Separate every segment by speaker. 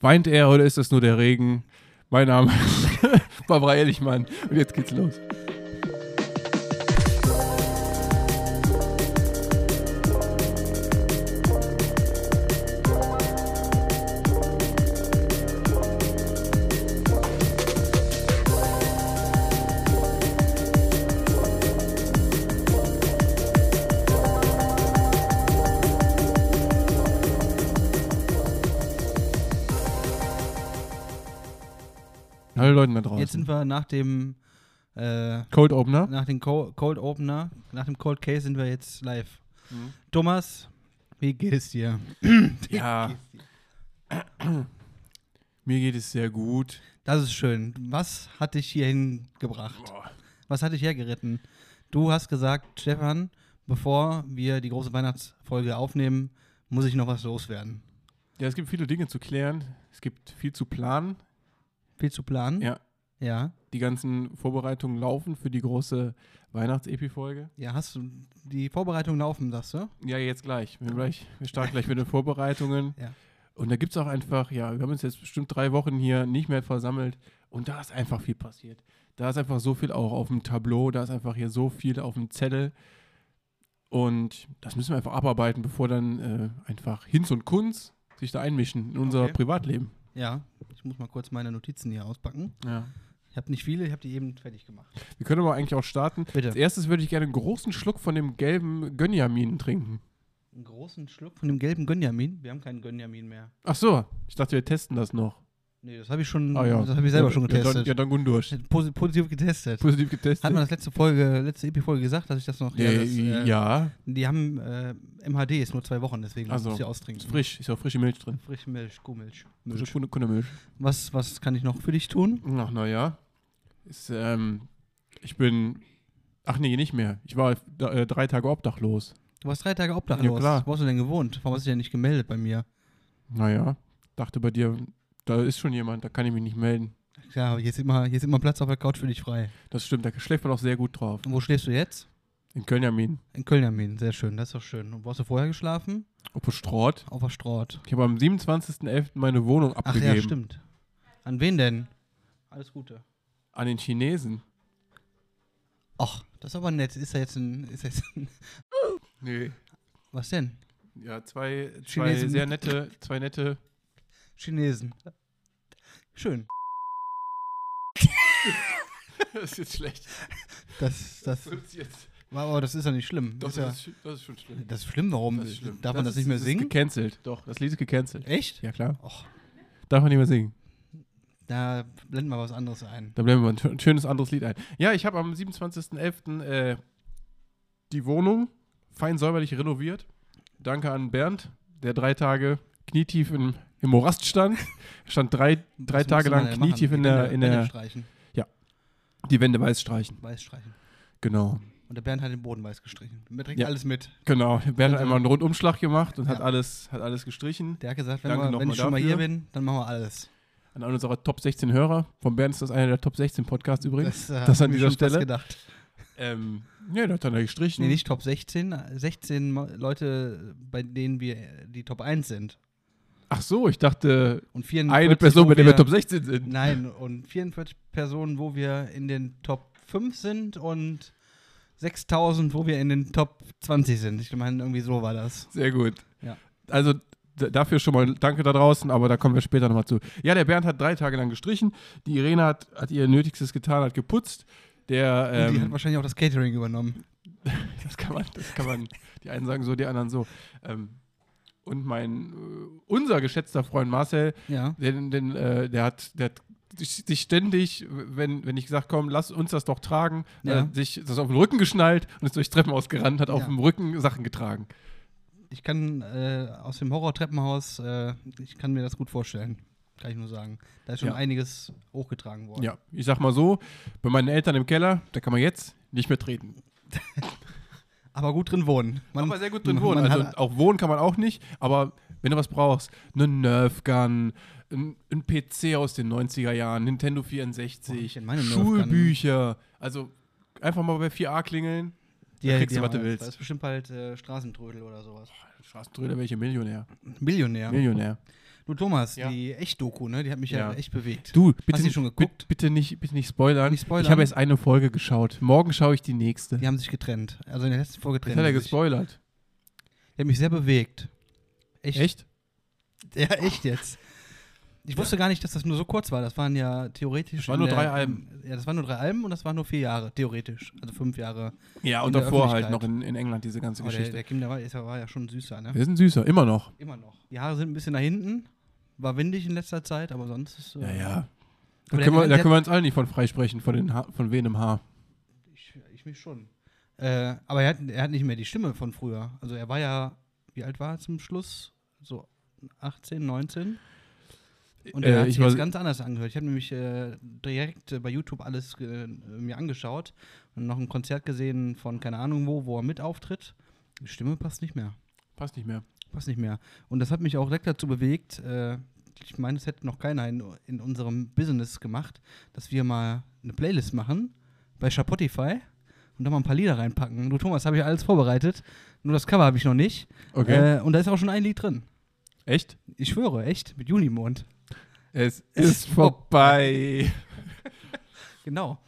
Speaker 1: Weint er oder ist das nur der Regen? Mein Name ist Barbara Ehrlichmann und jetzt geht's los. Hallo Leuten da draußen.
Speaker 2: Jetzt sind wir nach dem äh,
Speaker 1: Cold Opener.
Speaker 2: nach dem Co Cold Opener, nach dem Cold Case sind wir jetzt live. Thomas, wie geht es dir?
Speaker 1: Ja. Mir geht es sehr gut.
Speaker 2: Das ist schön. Was hat dich hierhin gebracht? Was hat dich hergeritten? Du hast gesagt, Stefan, bevor wir die große Weihnachtsfolge aufnehmen, muss ich noch was loswerden.
Speaker 1: Ja, es gibt viele Dinge zu klären. Es gibt viel zu planen.
Speaker 2: Viel zu planen?
Speaker 1: Ja.
Speaker 2: Ja.
Speaker 1: Die ganzen Vorbereitungen laufen für die große Weihnachtsepi-Folge.
Speaker 2: Ja, hast du die Vorbereitungen laufen, sagst du?
Speaker 1: Ja, jetzt gleich. Wir, gleich. wir starten gleich mit den Vorbereitungen.
Speaker 2: Ja.
Speaker 1: Und da gibt es auch einfach, ja, wir haben uns jetzt bestimmt drei Wochen hier nicht mehr versammelt und da ist einfach viel passiert. Da ist einfach so viel auch auf dem Tableau, da ist einfach hier so viel auf dem Zettel. Und das müssen wir einfach abarbeiten, bevor dann äh, einfach Hinz und Kunz sich da einmischen in unser
Speaker 2: Okay.
Speaker 1: Privatleben.
Speaker 2: Ja. Ich muss mal kurz meine Notizen hier auspacken.
Speaker 1: Ja.
Speaker 2: Ich habe nicht viele, ich habe die eben fertig gemacht.
Speaker 1: Wir können aber eigentlich auch starten.
Speaker 2: Bitte.
Speaker 1: Als erstes würde ich gerne einen großen Schluck von dem gelben Gönjamin trinken.
Speaker 2: Einen großen Schluck von dem gelben Gönjamin. Wir haben keinen Gönjamin mehr.
Speaker 1: Ach so, ich dachte, wir testen das noch.
Speaker 2: Nee, das habe ich schon,
Speaker 1: Ah ja.
Speaker 2: das habe ich selber
Speaker 1: ja,
Speaker 2: schon
Speaker 1: Ja, dann,
Speaker 2: getestet.
Speaker 1: ja, dann gut durch.
Speaker 2: Posi- Positiv getestet.
Speaker 1: Positiv getestet.
Speaker 2: Hat man das letzte Folge, letzte Epi-Folge gesagt, dass ich das noch.
Speaker 1: ja,
Speaker 2: das, äh,
Speaker 1: ja,
Speaker 2: Die haben äh, MHD ist nur zwei Wochen, deswegen
Speaker 1: Also,
Speaker 2: muss ich
Speaker 1: ist
Speaker 2: austrinken.
Speaker 1: frisch, ist auch frische Milch drin.
Speaker 2: Frische Milch, Kuhmilch.
Speaker 1: Frische
Speaker 2: Milch.
Speaker 1: Kunde- Kundermilch.
Speaker 2: Was, was kann ich noch für dich tun?
Speaker 1: Ach, naja. Ist, ähm, ich bin. Ach nee, nicht mehr. Ich war da, äh, drei Tage obdachlos.
Speaker 2: Du warst drei Tage obdachlos.
Speaker 1: Ja, klar.
Speaker 2: Wo hast du denn gewohnt? Warum hast du dich denn nicht gemeldet bei mir?
Speaker 1: Naja, dachte bei dir, da ist schon jemand, da kann ich mich nicht melden.
Speaker 2: Ja, hier ist immer, hier ist immer Platz auf der Couch für dich frei.
Speaker 1: Das stimmt, da schläft man auch sehr gut drauf.
Speaker 2: Und wo schläfst du jetzt?
Speaker 1: In Kölnjamin.
Speaker 2: In Köln am Main, sehr schön, das ist doch schön. Und wo hast du vorher geschlafen?
Speaker 1: Ob Straat.
Speaker 2: Auf der Straat.
Speaker 1: Ich habe am 27.11. meine Wohnung
Speaker 2: Ach
Speaker 1: abgegeben.
Speaker 2: ja, stimmt. An wen denn? Alles Gute.
Speaker 1: An den Chinesen.
Speaker 2: Ach, das ist aber nett. Ist da jetzt ein. Ist da jetzt ein
Speaker 1: Nee.
Speaker 2: was denn?
Speaker 1: Ja, zwei, zwei
Speaker 2: Chinesen.
Speaker 1: sehr nette, zwei nette.
Speaker 2: Chinesen. Schön.
Speaker 1: das ist jetzt schlecht.
Speaker 2: Das, das,
Speaker 1: Das ist jetzt.
Speaker 2: Wow, aber das ist ja nicht schlimm.
Speaker 1: Doch,
Speaker 2: ist ja,
Speaker 1: das, ist, das ist schon schlimm.
Speaker 2: das ist schlimm, warum?
Speaker 1: Das ist schlimm.
Speaker 2: Darf man das, nicht mehr
Speaker 1: ist-
Speaker 2: singen?
Speaker 1: Ist gecancelt. Doch, das Lied ist gecancelt.
Speaker 2: Echt?
Speaker 1: Ja, klar.
Speaker 2: Och,
Speaker 1: Darf man nicht mehr singen.
Speaker 2: da blenden wir was anderes ein.
Speaker 1: Da bleiben wir ein schö- schönes anderes Lied ein. Ja, ich habe am 27.11. Äh, die Wohnung fein säuberlich renoviert. Danke an Bernd, der drei Tage knietief im, im Morast stand. Stand drei, drei
Speaker 2: Das
Speaker 1: Tage
Speaker 2: muss man
Speaker 1: lang
Speaker 2: ja
Speaker 1: knietief
Speaker 2: machen.
Speaker 1: in
Speaker 2: Die
Speaker 1: der,
Speaker 2: Wände-
Speaker 1: in
Speaker 2: Wände
Speaker 1: der
Speaker 2: streichen,
Speaker 1: die Wände weiß streichen.
Speaker 2: weiß streichen.
Speaker 1: Genau.
Speaker 2: Und der Bernd hat den Boden weiß gestrichen. Der trägt
Speaker 1: Ja.
Speaker 2: alles mit.
Speaker 1: Genau. Bernd hat einmal einen Rundumschlag gemacht und hat
Speaker 2: Ja.
Speaker 1: alles, hat alles gestrichen.
Speaker 2: Der hat gesagt, wenn,
Speaker 1: Danke
Speaker 2: wir, wenn
Speaker 1: nochmal
Speaker 2: ich schon mal hier
Speaker 1: dafür.
Speaker 2: bin, dann machen wir alles.
Speaker 1: An einen unserer Top 16 Hörer. Von Bernd ist das einer der Top 16 Podcasts übrigens.
Speaker 2: äh,
Speaker 1: das
Speaker 2: hab
Speaker 1: an dieser
Speaker 2: ich mir schon fast
Speaker 1: Stelle.
Speaker 2: Gedacht.
Speaker 1: Ähm, ja, der hat dann da gestrichen.
Speaker 2: Nee, nicht Top 16, äh, 16 Ma- Leute, bei denen wir äh, die Top 1 sind.
Speaker 1: Ach so, ich dachte,
Speaker 2: Und 44,
Speaker 1: eine Person,
Speaker 2: wo
Speaker 1: bei der wir
Speaker 2: wir-
Speaker 1: Top 16 sind.
Speaker 2: Nein, und 44 Personen, wo wir in den Top 5 sind und 6000, wo wir in den Top 20 sind. Ich meine, irgendwie so war das.
Speaker 1: Sehr gut.
Speaker 2: Ja.
Speaker 1: Also d- dafür schon mal danke da draußen, aber da kommen wir später nochmal zu. Ja, der Bernd hat drei Tage lang gestrichen. Die Irene hat, hat ihr Nötigstes getan, hat geputzt. Der,
Speaker 2: Und die hat
Speaker 1: ähm,
Speaker 2: wahrscheinlich auch das Catering übernommen.
Speaker 1: das kann man, das kann man, die einen sagen so, die anderen so. Ähm, und mein, äh, unser geschätzter Freund Marcel,
Speaker 2: Ja.
Speaker 1: Den, den, äh, der hat, der hat sich sich ständig, wenn, wenn ich gesagt, komm, lass uns das doch tragen,
Speaker 2: Ja.
Speaker 1: hat er sich das auf den Rücken geschnallt und ist durchs Treppenhaus gerannt, hat auf
Speaker 2: Ja.
Speaker 1: dem Rücken Sachen getragen.
Speaker 2: Ich kann äh, aus dem Horror-Treppenhaus, äh, ich kann mir das gut vorstellen. Kann ich nur sagen. Da ist schon
Speaker 1: Ja.
Speaker 2: einiges hochgetragen worden.
Speaker 1: Ja, ich sag mal so, bei meinen Eltern im Keller, da kann man jetzt nicht mehr treten.
Speaker 2: Aber gut drin wohnen. Man,
Speaker 1: Kann man sehr gut drin
Speaker 2: man-
Speaker 1: wohnen.
Speaker 2: man
Speaker 1: Also
Speaker 2: hat-
Speaker 1: auch wohnen kann man auch nicht, aber wenn du was brauchst, eine Nerfgun, ein, ein PC aus den 90er Jahren, Nintendo
Speaker 2: Wo hab ich
Speaker 1: 64,
Speaker 2: denn meine Nerf Gun?
Speaker 1: Schulbücher, also einfach mal bei 4a klingeln,
Speaker 2: die,
Speaker 1: da kriegst du,
Speaker 2: haben
Speaker 1: was du
Speaker 2: alles.
Speaker 1: willst.
Speaker 2: Da ist bestimmt bald äh, Straßentrödel oder sowas.
Speaker 1: Straßentröder, welche Millionär.
Speaker 2: Millionär.
Speaker 1: Millionär.
Speaker 2: Du Thomas,
Speaker 1: Ja.
Speaker 2: die Echt-Doku, ne? Die hat mich ja,
Speaker 1: Ja.
Speaker 2: echt bewegt.
Speaker 1: Du, bitte,
Speaker 2: Hast du die
Speaker 1: nicht-
Speaker 2: schon
Speaker 1: bi-
Speaker 2: geguckt?
Speaker 1: bitte, nicht, bitte nicht spoilern.
Speaker 2: Nicht spoilern.
Speaker 1: Ich habe jetzt eine Folge geschaut. Morgen schaue ich die nächste.
Speaker 2: Die haben sich getrennt. Also in der letzten Folge
Speaker 1: das
Speaker 2: getrennt.
Speaker 1: hat er
Speaker 2: die sich.
Speaker 1: gespoilert.
Speaker 2: Die hat mich sehr bewegt. Echt?
Speaker 1: Echt?
Speaker 2: Ja, echt jetzt. Ich wusste gar nicht, dass das nur so kurz war. Das waren ja theoretisch.
Speaker 1: Das waren
Speaker 2: in
Speaker 1: nur
Speaker 2: der-
Speaker 1: drei Alben.
Speaker 2: Ja, das waren nur drei Alben und das waren nur vier Jahre, theoretisch. Also fünf Jahre.
Speaker 1: Ja,
Speaker 2: In
Speaker 1: und
Speaker 2: der
Speaker 1: davor halt noch
Speaker 2: Öffentlichkeit.
Speaker 1: in, in England diese ganze
Speaker 2: Aber der,
Speaker 1: Geschichte.
Speaker 2: der Kim, der war, ist, ja- war ja schon süßer, ne?
Speaker 1: der ist ein süßer, immer noch.
Speaker 2: Immer noch. Die Haare sind ein bisschen nach hinten. War windig in letzter Zeit, aber sonst ist. äh,
Speaker 1: Ja, ja. Da
Speaker 2: Aber
Speaker 1: können,
Speaker 2: der-
Speaker 1: wir, da
Speaker 2: der-
Speaker 1: können wir uns alle nicht von freisprechen, von, den ha von wen im Haar.
Speaker 2: Ich, ich mich schon. Äh, aber er hat, er hat nicht mehr die Stimme von früher. Also er war ja, wie alt war er zum Schluss? So 18, 19? Und er
Speaker 1: Äh,
Speaker 2: hat
Speaker 1: ich
Speaker 2: sich jetzt
Speaker 1: war-
Speaker 2: ganz anders angehört. Ich habe nämlich äh, direkt äh, bei YouTube alles äh, mir angeschaut und noch ein Konzert gesehen von keine Ahnung wo, wo er mit auftritt. Die Stimme passt nicht mehr.
Speaker 1: Passt nicht mehr.
Speaker 2: Passt nicht mehr. Und das hat mich auch direkt dazu bewegt, äh, ich meine, es hätte noch keiner in, in unserem Business gemacht, dass wir mal eine Playlist machen bei Spotify und da mal ein paar Lieder reinpacken. Du Thomas, habe ich alles vorbereitet. Nur das Cover habe ich noch nicht.
Speaker 1: Okay.
Speaker 2: Äh, und da ist auch schon ein Lied drin.
Speaker 1: Echt?
Speaker 2: Ich schwöre, echt, mit Junimond.
Speaker 1: Es
Speaker 2: ist
Speaker 1: ist vorbei.
Speaker 2: Genau.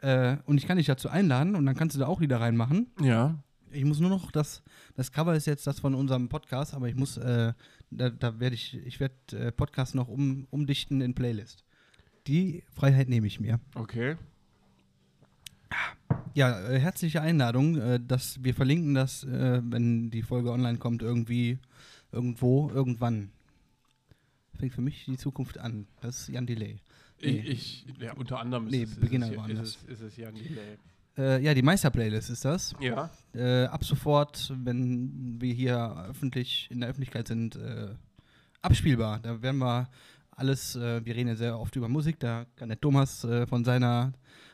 Speaker 2: Äh, und ich kann dich dazu einladen und dann kannst du da auch Lieder reinmachen.
Speaker 1: Ja.
Speaker 2: Ich muss nur noch das, das Cover ist jetzt das von unserem Podcast, aber ich muss, äh, da, da werde ich, ich werde äh, Podcast noch um, umdichten in Playlist. Die Freiheit nehme ich mir.
Speaker 1: Okay.
Speaker 2: Ja, äh, herzliche Einladung, äh, dass wir verlinken das, äh, wenn die Folge online kommt, irgendwie, irgendwo, irgendwann. Fängt für mich die Zukunft an. Das ist Jan Delay. Nee.
Speaker 1: Ich, ich, ja, unter anderem ist,
Speaker 2: Nee,
Speaker 1: es, ist,
Speaker 2: Beginner
Speaker 1: es, hier-
Speaker 2: waren
Speaker 1: ist,
Speaker 2: das.
Speaker 1: es, ist es ja ein Delay.
Speaker 2: Äh, ja, die Meister-Playlist ist das.
Speaker 1: Ja.
Speaker 2: äh, ab sofort, wenn wir hier öffentlich in der Öffentlichkeit sind, äh, abspielbar. Da werden wir alles, äh, wir reden ja sehr oft über Musik, da kann der Thomas äh, von seiner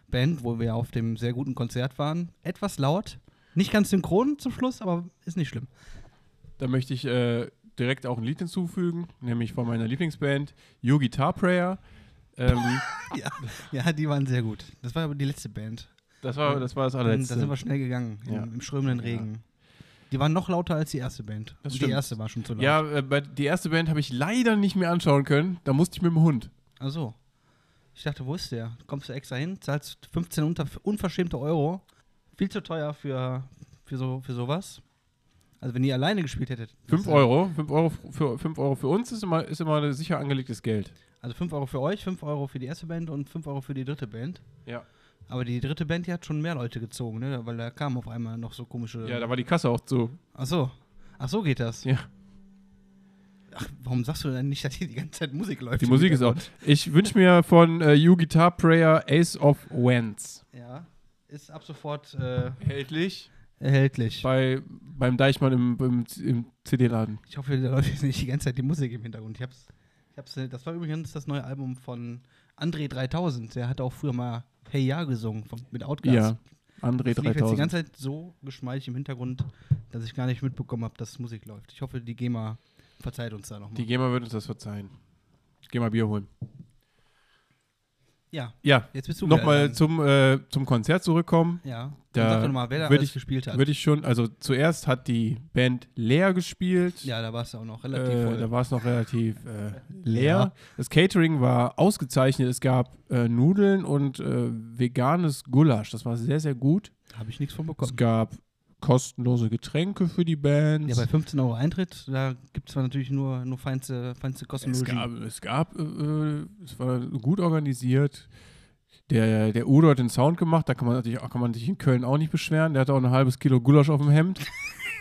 Speaker 2: Band, wo wir auf dem sehr guten Konzert waren, etwas laut, nicht ganz synchron zum Schluss, aber ist nicht schlimm.
Speaker 1: Da möchte ich äh, direkt auch ein Lied hinzufügen, nämlich von meiner Lieblingsband, Your Guitar Prayer. Ähm,
Speaker 2: Ja, die waren sehr gut. Das war aber die letzte Band.
Speaker 1: das, war, das war das
Speaker 2: Da sind
Speaker 1: allerletzte.
Speaker 2: wir schnell gegangen, im,
Speaker 1: Ja.
Speaker 2: im strömenden
Speaker 1: Ja.
Speaker 2: Regen. Die waren noch lauter als die erste Band.
Speaker 1: Das
Speaker 2: Und die
Speaker 1: stimmt.
Speaker 2: erste war schon zu laut.
Speaker 1: Ja, äh, bei, die erste Band habe ich leider nicht mehr anschauen können. Da musste ich mit dem Hund.
Speaker 2: Ach so. Ich dachte, wo ist der? Kommst du extra hin, zahlst 15 unter, unverschämte Euro. Viel zu teuer für, für, so, für sowas. Also, wenn ihr alleine gespielt hättet.
Speaker 1: 5
Speaker 2: das-
Speaker 1: Euro. 5 Euro für, fünf Euro für uns ist immer, ist immer ein sicher angelegtes Geld.
Speaker 2: Also 5 Euro für euch, 5 Euro für die erste Band und 5 Euro für die dritte Band.
Speaker 1: Ja.
Speaker 2: Aber die dritte Band, die hat schon mehr Leute gezogen, ne? Weil da kamen auf einmal noch so komische.
Speaker 1: Ja, da war die Kasse auch zu.
Speaker 2: Ach so. Ach so geht das.
Speaker 1: Ja.
Speaker 2: Ach, warum sagst du denn nicht, dass hier die ganze Zeit Musik läuft?
Speaker 1: Die
Speaker 2: im
Speaker 1: Musik ist auch. Ich wünsche mir von äh, You Guitar Prayer Ace of Wands.
Speaker 2: Hintergrund? Ja. Ist ab sofort äh,
Speaker 1: Erhältlich?
Speaker 2: erhältlich.
Speaker 1: Bei, beim Deichmann im, im, im CD-Laden.
Speaker 2: Ich hoffe, da läuft jetzt nicht die ganze Zeit die Musik im Hintergrund. Ich hab's, ich hab's, das war übrigens das neue Album von André 3000. Der hat auch früher mal Hey Ja gesungen von, mit Outcast.
Speaker 1: Ja. André
Speaker 2: das lief jetzt die
Speaker 1: 3000.
Speaker 2: ganze Zeit so geschmeidig im Hintergrund, dass ich gar nicht mitbekommen habe, dass Musik läuft. Ich hoffe, die GEMA verzeiht uns da
Speaker 1: Die
Speaker 2: nochmal.
Speaker 1: GEMA wird uns das verzeihen. GEMA Bier holen.
Speaker 2: Ja,
Speaker 1: Ja,
Speaker 2: jetzt bist du wieder
Speaker 1: nochmal
Speaker 2: dran.
Speaker 1: zum, äh, zum Konzert zurückkommen.
Speaker 2: Ja,
Speaker 1: Da
Speaker 2: dann sag doch mal, wer da
Speaker 1: würd
Speaker 2: alles
Speaker 1: ich-
Speaker 2: gespielt hat.
Speaker 1: Würde ich schon, also zuerst hat die Band leer gespielt.
Speaker 2: Ja, da war es auch noch relativ
Speaker 1: Äh,
Speaker 2: voll.
Speaker 1: da war es noch relativ äh, leer.
Speaker 2: Ja.
Speaker 1: Das Catering war ausgezeichnet. Es gab äh, Nudeln und äh, veganes Gulasch. Das war sehr, sehr gut.
Speaker 2: Habe ich nichts von bekommen.
Speaker 1: Es gab kostenlose Getränke für die Bands.
Speaker 2: Ja, bei 15 Euro Eintritt, da gibt es natürlich nur, nur feinste, feinste
Speaker 1: es
Speaker 2: Kosmologie.
Speaker 1: gab, es gab, äh, äh, es war gut organisiert. Der, der Udo hat den Sound gemacht, da kann man natürlich auch, kann man sich in Köln auch nicht beschweren. Der hatte auch ein halbes Kilo Gulasch auf dem Hemd.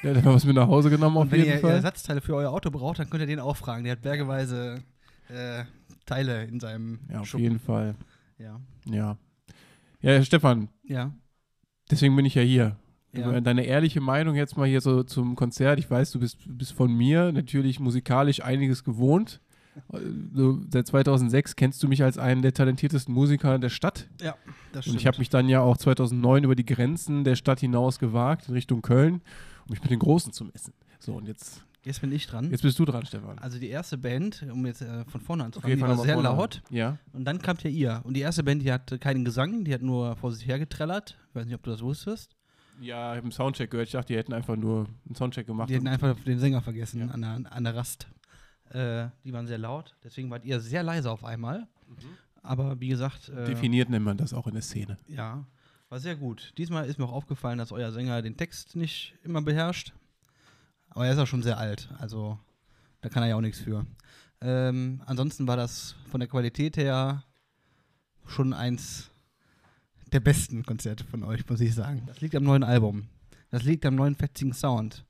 Speaker 1: der hat dann was mit nach Hause genommen
Speaker 2: Und
Speaker 1: auf
Speaker 2: wenn
Speaker 1: jeden
Speaker 2: ihr
Speaker 1: Fall.
Speaker 2: Ersatzteile für euer Auto braucht, dann könnt ihr den auch fragen. Der hat bergeweise äh, Teile in seinem
Speaker 1: ja, auf
Speaker 2: Schuppen.
Speaker 1: jeden Fall.
Speaker 2: Ja.
Speaker 1: Ja. Ja, Herr Stefan,
Speaker 2: Ja.
Speaker 1: deswegen bin ich ja hier.
Speaker 2: ja.
Speaker 1: Deine ehrliche Meinung jetzt mal hier so zum Konzert. Ich weiß, du bist, bist von mir natürlich musikalisch einiges gewohnt. Du, seit 2006 kennst du mich als einen der talentiertesten Musiker der Stadt.
Speaker 2: Das
Speaker 1: Und ich habe mich dann ja auch 2009 über die Grenzen der Stadt hinaus gewagt, in Richtung Köln, um mich mit den Großen zu messen. So, und jetzt,
Speaker 2: jetzt bin ich dran.
Speaker 1: jetzt bist du dran, Stefan.
Speaker 2: Also die erste Band, um jetzt äh, von vorne anzufangen, die
Speaker 1: fang
Speaker 2: war
Speaker 1: mal
Speaker 2: sehr
Speaker 1: vorne an.
Speaker 2: laut.
Speaker 1: Ja.
Speaker 2: Und dann kamt ja ihr. Und die erste Band, die hatte keinen Gesang, die hat nur vor sich hergetrellert. Ich weiß nicht, ob du das wusstest.
Speaker 1: Ja, ich habe einen Soundcheck gehört. Ich dachte, die hätten einfach nur einen Soundcheck gemacht.
Speaker 2: Die hätten einfach den Sänger vergessen
Speaker 1: Ja.
Speaker 2: an, der, an der Rast. Äh, die waren sehr laut, deswegen wart ihr sehr leise auf einmal. Aber wie gesagt, äh,
Speaker 1: Definiert nennt man das auch in der Szene.
Speaker 2: ja, war sehr gut. Diesmal ist mir auch aufgefallen, dass euer Sänger den Text nicht immer beherrscht. Aber er ist auch schon sehr alt, also da kann er ja auch nichts für. Ähm, ansonsten war das von der Qualität her schon eins der besten Konzerte von euch, muss ich sagen. Das liegt am neuen Album. Das liegt am neuen fetzigen Sound.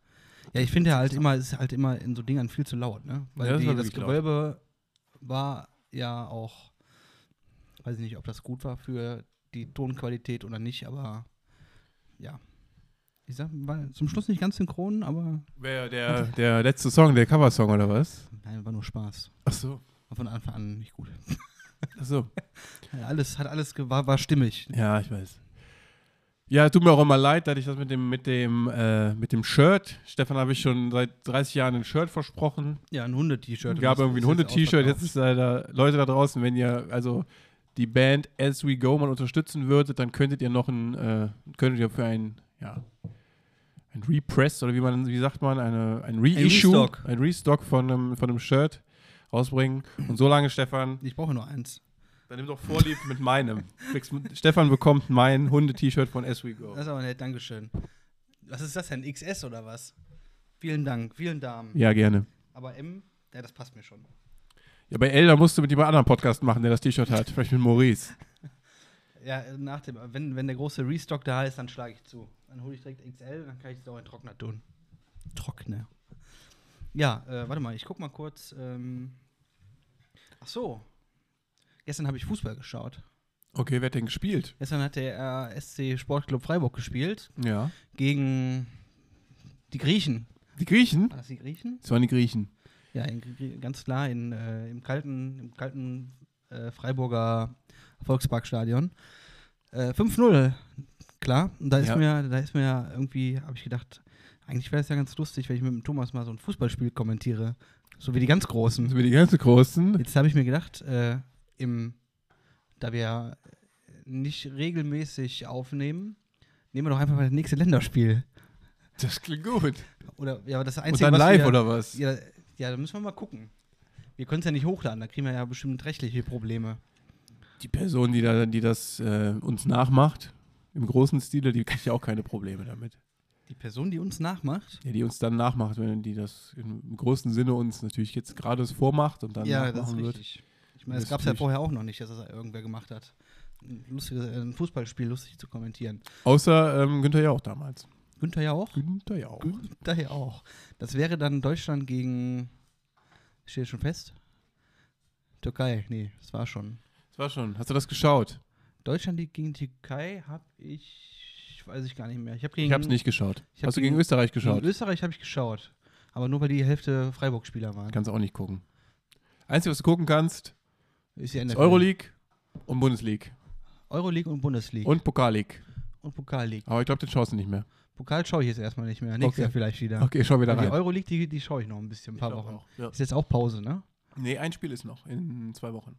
Speaker 2: Ja, ich finde halt immer, ist halt immer in so Dingern viel zu laut, ne? Weil
Speaker 1: Ja, das
Speaker 2: die,
Speaker 1: war
Speaker 2: das
Speaker 1: wirklich laut.
Speaker 2: Gewölbe war ja auch, weiß ich nicht, ob das gut war für die Tonqualität oder nicht, aber ja. Ich sag, war zum Schluss nicht ganz synchron, aber
Speaker 1: Wer, der, der letzte Song, der Coversong oder was?
Speaker 2: nein, war nur Spaß.
Speaker 1: Ach so.
Speaker 2: War von Anfang an nicht gut.
Speaker 1: Ach so.
Speaker 2: Ja, Alles hat alles ge- war, war stimmig.
Speaker 1: Ja, ich weiß. Ja, tut mir auch immer leid, dass ich das mit dem, mit dem, äh, mit dem Shirt. Stefan habe ich schon seit 30 Jahren ein Shirt versprochen.
Speaker 2: Ja, ein Hunde-T-Shirt.
Speaker 1: Gab irgendwie ein Hunde-T-Shirt. Jetzt ist leider Leute da draußen, wenn ihr also die Band As We Go mal unterstützen würdet, dann könntet ihr noch ein, äh, könntet ihr für ein, ja, ein Repress oder wie man, wie sagt man, eine, ein Reissue, ein
Speaker 2: Restock.
Speaker 1: Restock, von einem, von einem Shirt rausbringen. Und so lange, Stefan,
Speaker 2: Ich brauche nur eins.
Speaker 1: dann nimm doch Vorlieb mit meinem. Kriegst, Stefan bekommt mein Hunde-T-Shirt von As We Go.
Speaker 2: Das ist aber nett, Dankeschön. Was ist das denn? XS oder was? Vielen Dank, vielen Damen.
Speaker 1: Ja, gerne.
Speaker 2: Aber M, ja, das passt mir schon.
Speaker 1: Ja, bei Elda musst du mit jemand anderem Podcast machen, der das T-Shirt hat. Vielleicht mit Maurice.
Speaker 2: Ja, äh, nach dem, wenn, wenn der große Restock da ist, dann schlage ich zu. Dann hole ich direkt XL, dann kann ich es auch in Trockner tun. Trockner. Ja, äh, warte mal, ich guck mal kurz. Ähm Ach so. Gestern habe ich Fußball geschaut.
Speaker 1: Okay, wer hat denn gespielt?
Speaker 2: Gestern hat der äh, SC Sportclub Freiburg gespielt
Speaker 1: Ja.
Speaker 2: gegen die Griechen.
Speaker 1: Die Griechen?
Speaker 2: War das die Griechen?
Speaker 1: Das waren die Griechen.
Speaker 2: Ja, in, Grie- ganz klar in, äh, im kalten, im kalten äh, Freiburger Volksparkstadion. Äh, 5-0, klar. Und da ist
Speaker 1: Ja.
Speaker 2: mir, da ist mir irgendwie, habe ich gedacht, eigentlich wäre es ja ganz lustig, wenn ich mit dem Thomas mal so ein Fußballspiel kommentiere. So wie die ganz Großen.
Speaker 1: Das sind die ganzen Großen.
Speaker 2: Jetzt habe ich mir gedacht, äh, im, da wir nicht regelmäßig aufnehmen, nehmen wir doch einfach mal das nächste Länderspiel.
Speaker 1: Das klingt gut.
Speaker 2: Oder ja, das
Speaker 1: Und
Speaker 2: einzige,
Speaker 1: dann
Speaker 2: was
Speaker 1: live,
Speaker 2: wir,
Speaker 1: oder was?
Speaker 2: Ja, ja, da müssen wir mal gucken. Wir können es ja nicht hochladen, da kriegen wir ja bestimmt rechtliche Probleme.
Speaker 1: Die Person, die, da, die das äh, uns nachmacht, im großen Stile, die kriegt ja auch keine Probleme damit.
Speaker 2: Die Person, die uns nachmacht,
Speaker 1: Ja, die uns dann nachmacht, wenn die das im großen Sinne uns natürlich jetzt gerade es vormacht und dann
Speaker 2: ja, das ist
Speaker 1: nachmachen wird.
Speaker 2: richtig. Ich meine, das
Speaker 1: Das
Speaker 2: gab es
Speaker 1: ist
Speaker 2: ja
Speaker 1: richtig.
Speaker 2: vorher auch noch nicht, dass das irgendwer gemacht hat. Ein, lustiges, äh, ein Fußballspiel lustig zu kommentieren.
Speaker 1: Außer ähm, Günther Jauch damals.
Speaker 2: Günther ja auch.
Speaker 1: Günther Jauch.
Speaker 2: Günther ja auch. Das wäre dann Deutschland gegen. Steht schon fest? Türkei, nee, das war schon.
Speaker 1: Das war schon. Hast du das geschaut?
Speaker 2: Deutschland gegen Türkei habe ich. Weiß ich gar nicht mehr. Ich habe gegen.
Speaker 1: Ich hab's nicht geschaut.
Speaker 2: Ich hab
Speaker 1: Hast du gegen
Speaker 2: gegen-
Speaker 1: Österreich geschaut?
Speaker 2: Gegen Österreich habe ich geschaut. Aber nur weil die Hälfte Freiburg-Spieler waren.
Speaker 1: Kannst auch nicht gucken. Einzige, was du gucken kannst,
Speaker 2: Ist die
Speaker 1: ist
Speaker 2: NFL.
Speaker 1: Euroleague und Bundesliga.
Speaker 2: Euroleague und Bundesliga.
Speaker 1: Und Pokalleague.
Speaker 2: und Pokalleague.
Speaker 1: Aber ich glaube, den schaust du nicht mehr.
Speaker 2: Pokal schaue ich jetzt erstmal nicht mehr. Nächstes
Speaker 1: Okay.
Speaker 2: Jahr vielleicht wieder.
Speaker 1: Okay, schau wieder
Speaker 2: Aber die
Speaker 1: rein.
Speaker 2: Euroleague, die, die schaue ich noch ein bisschen, ein paar Wochen.
Speaker 1: Ja.
Speaker 2: Ist jetzt auch Pause, ne?
Speaker 1: Nee, ein Spiel ist noch in zwei Wochen.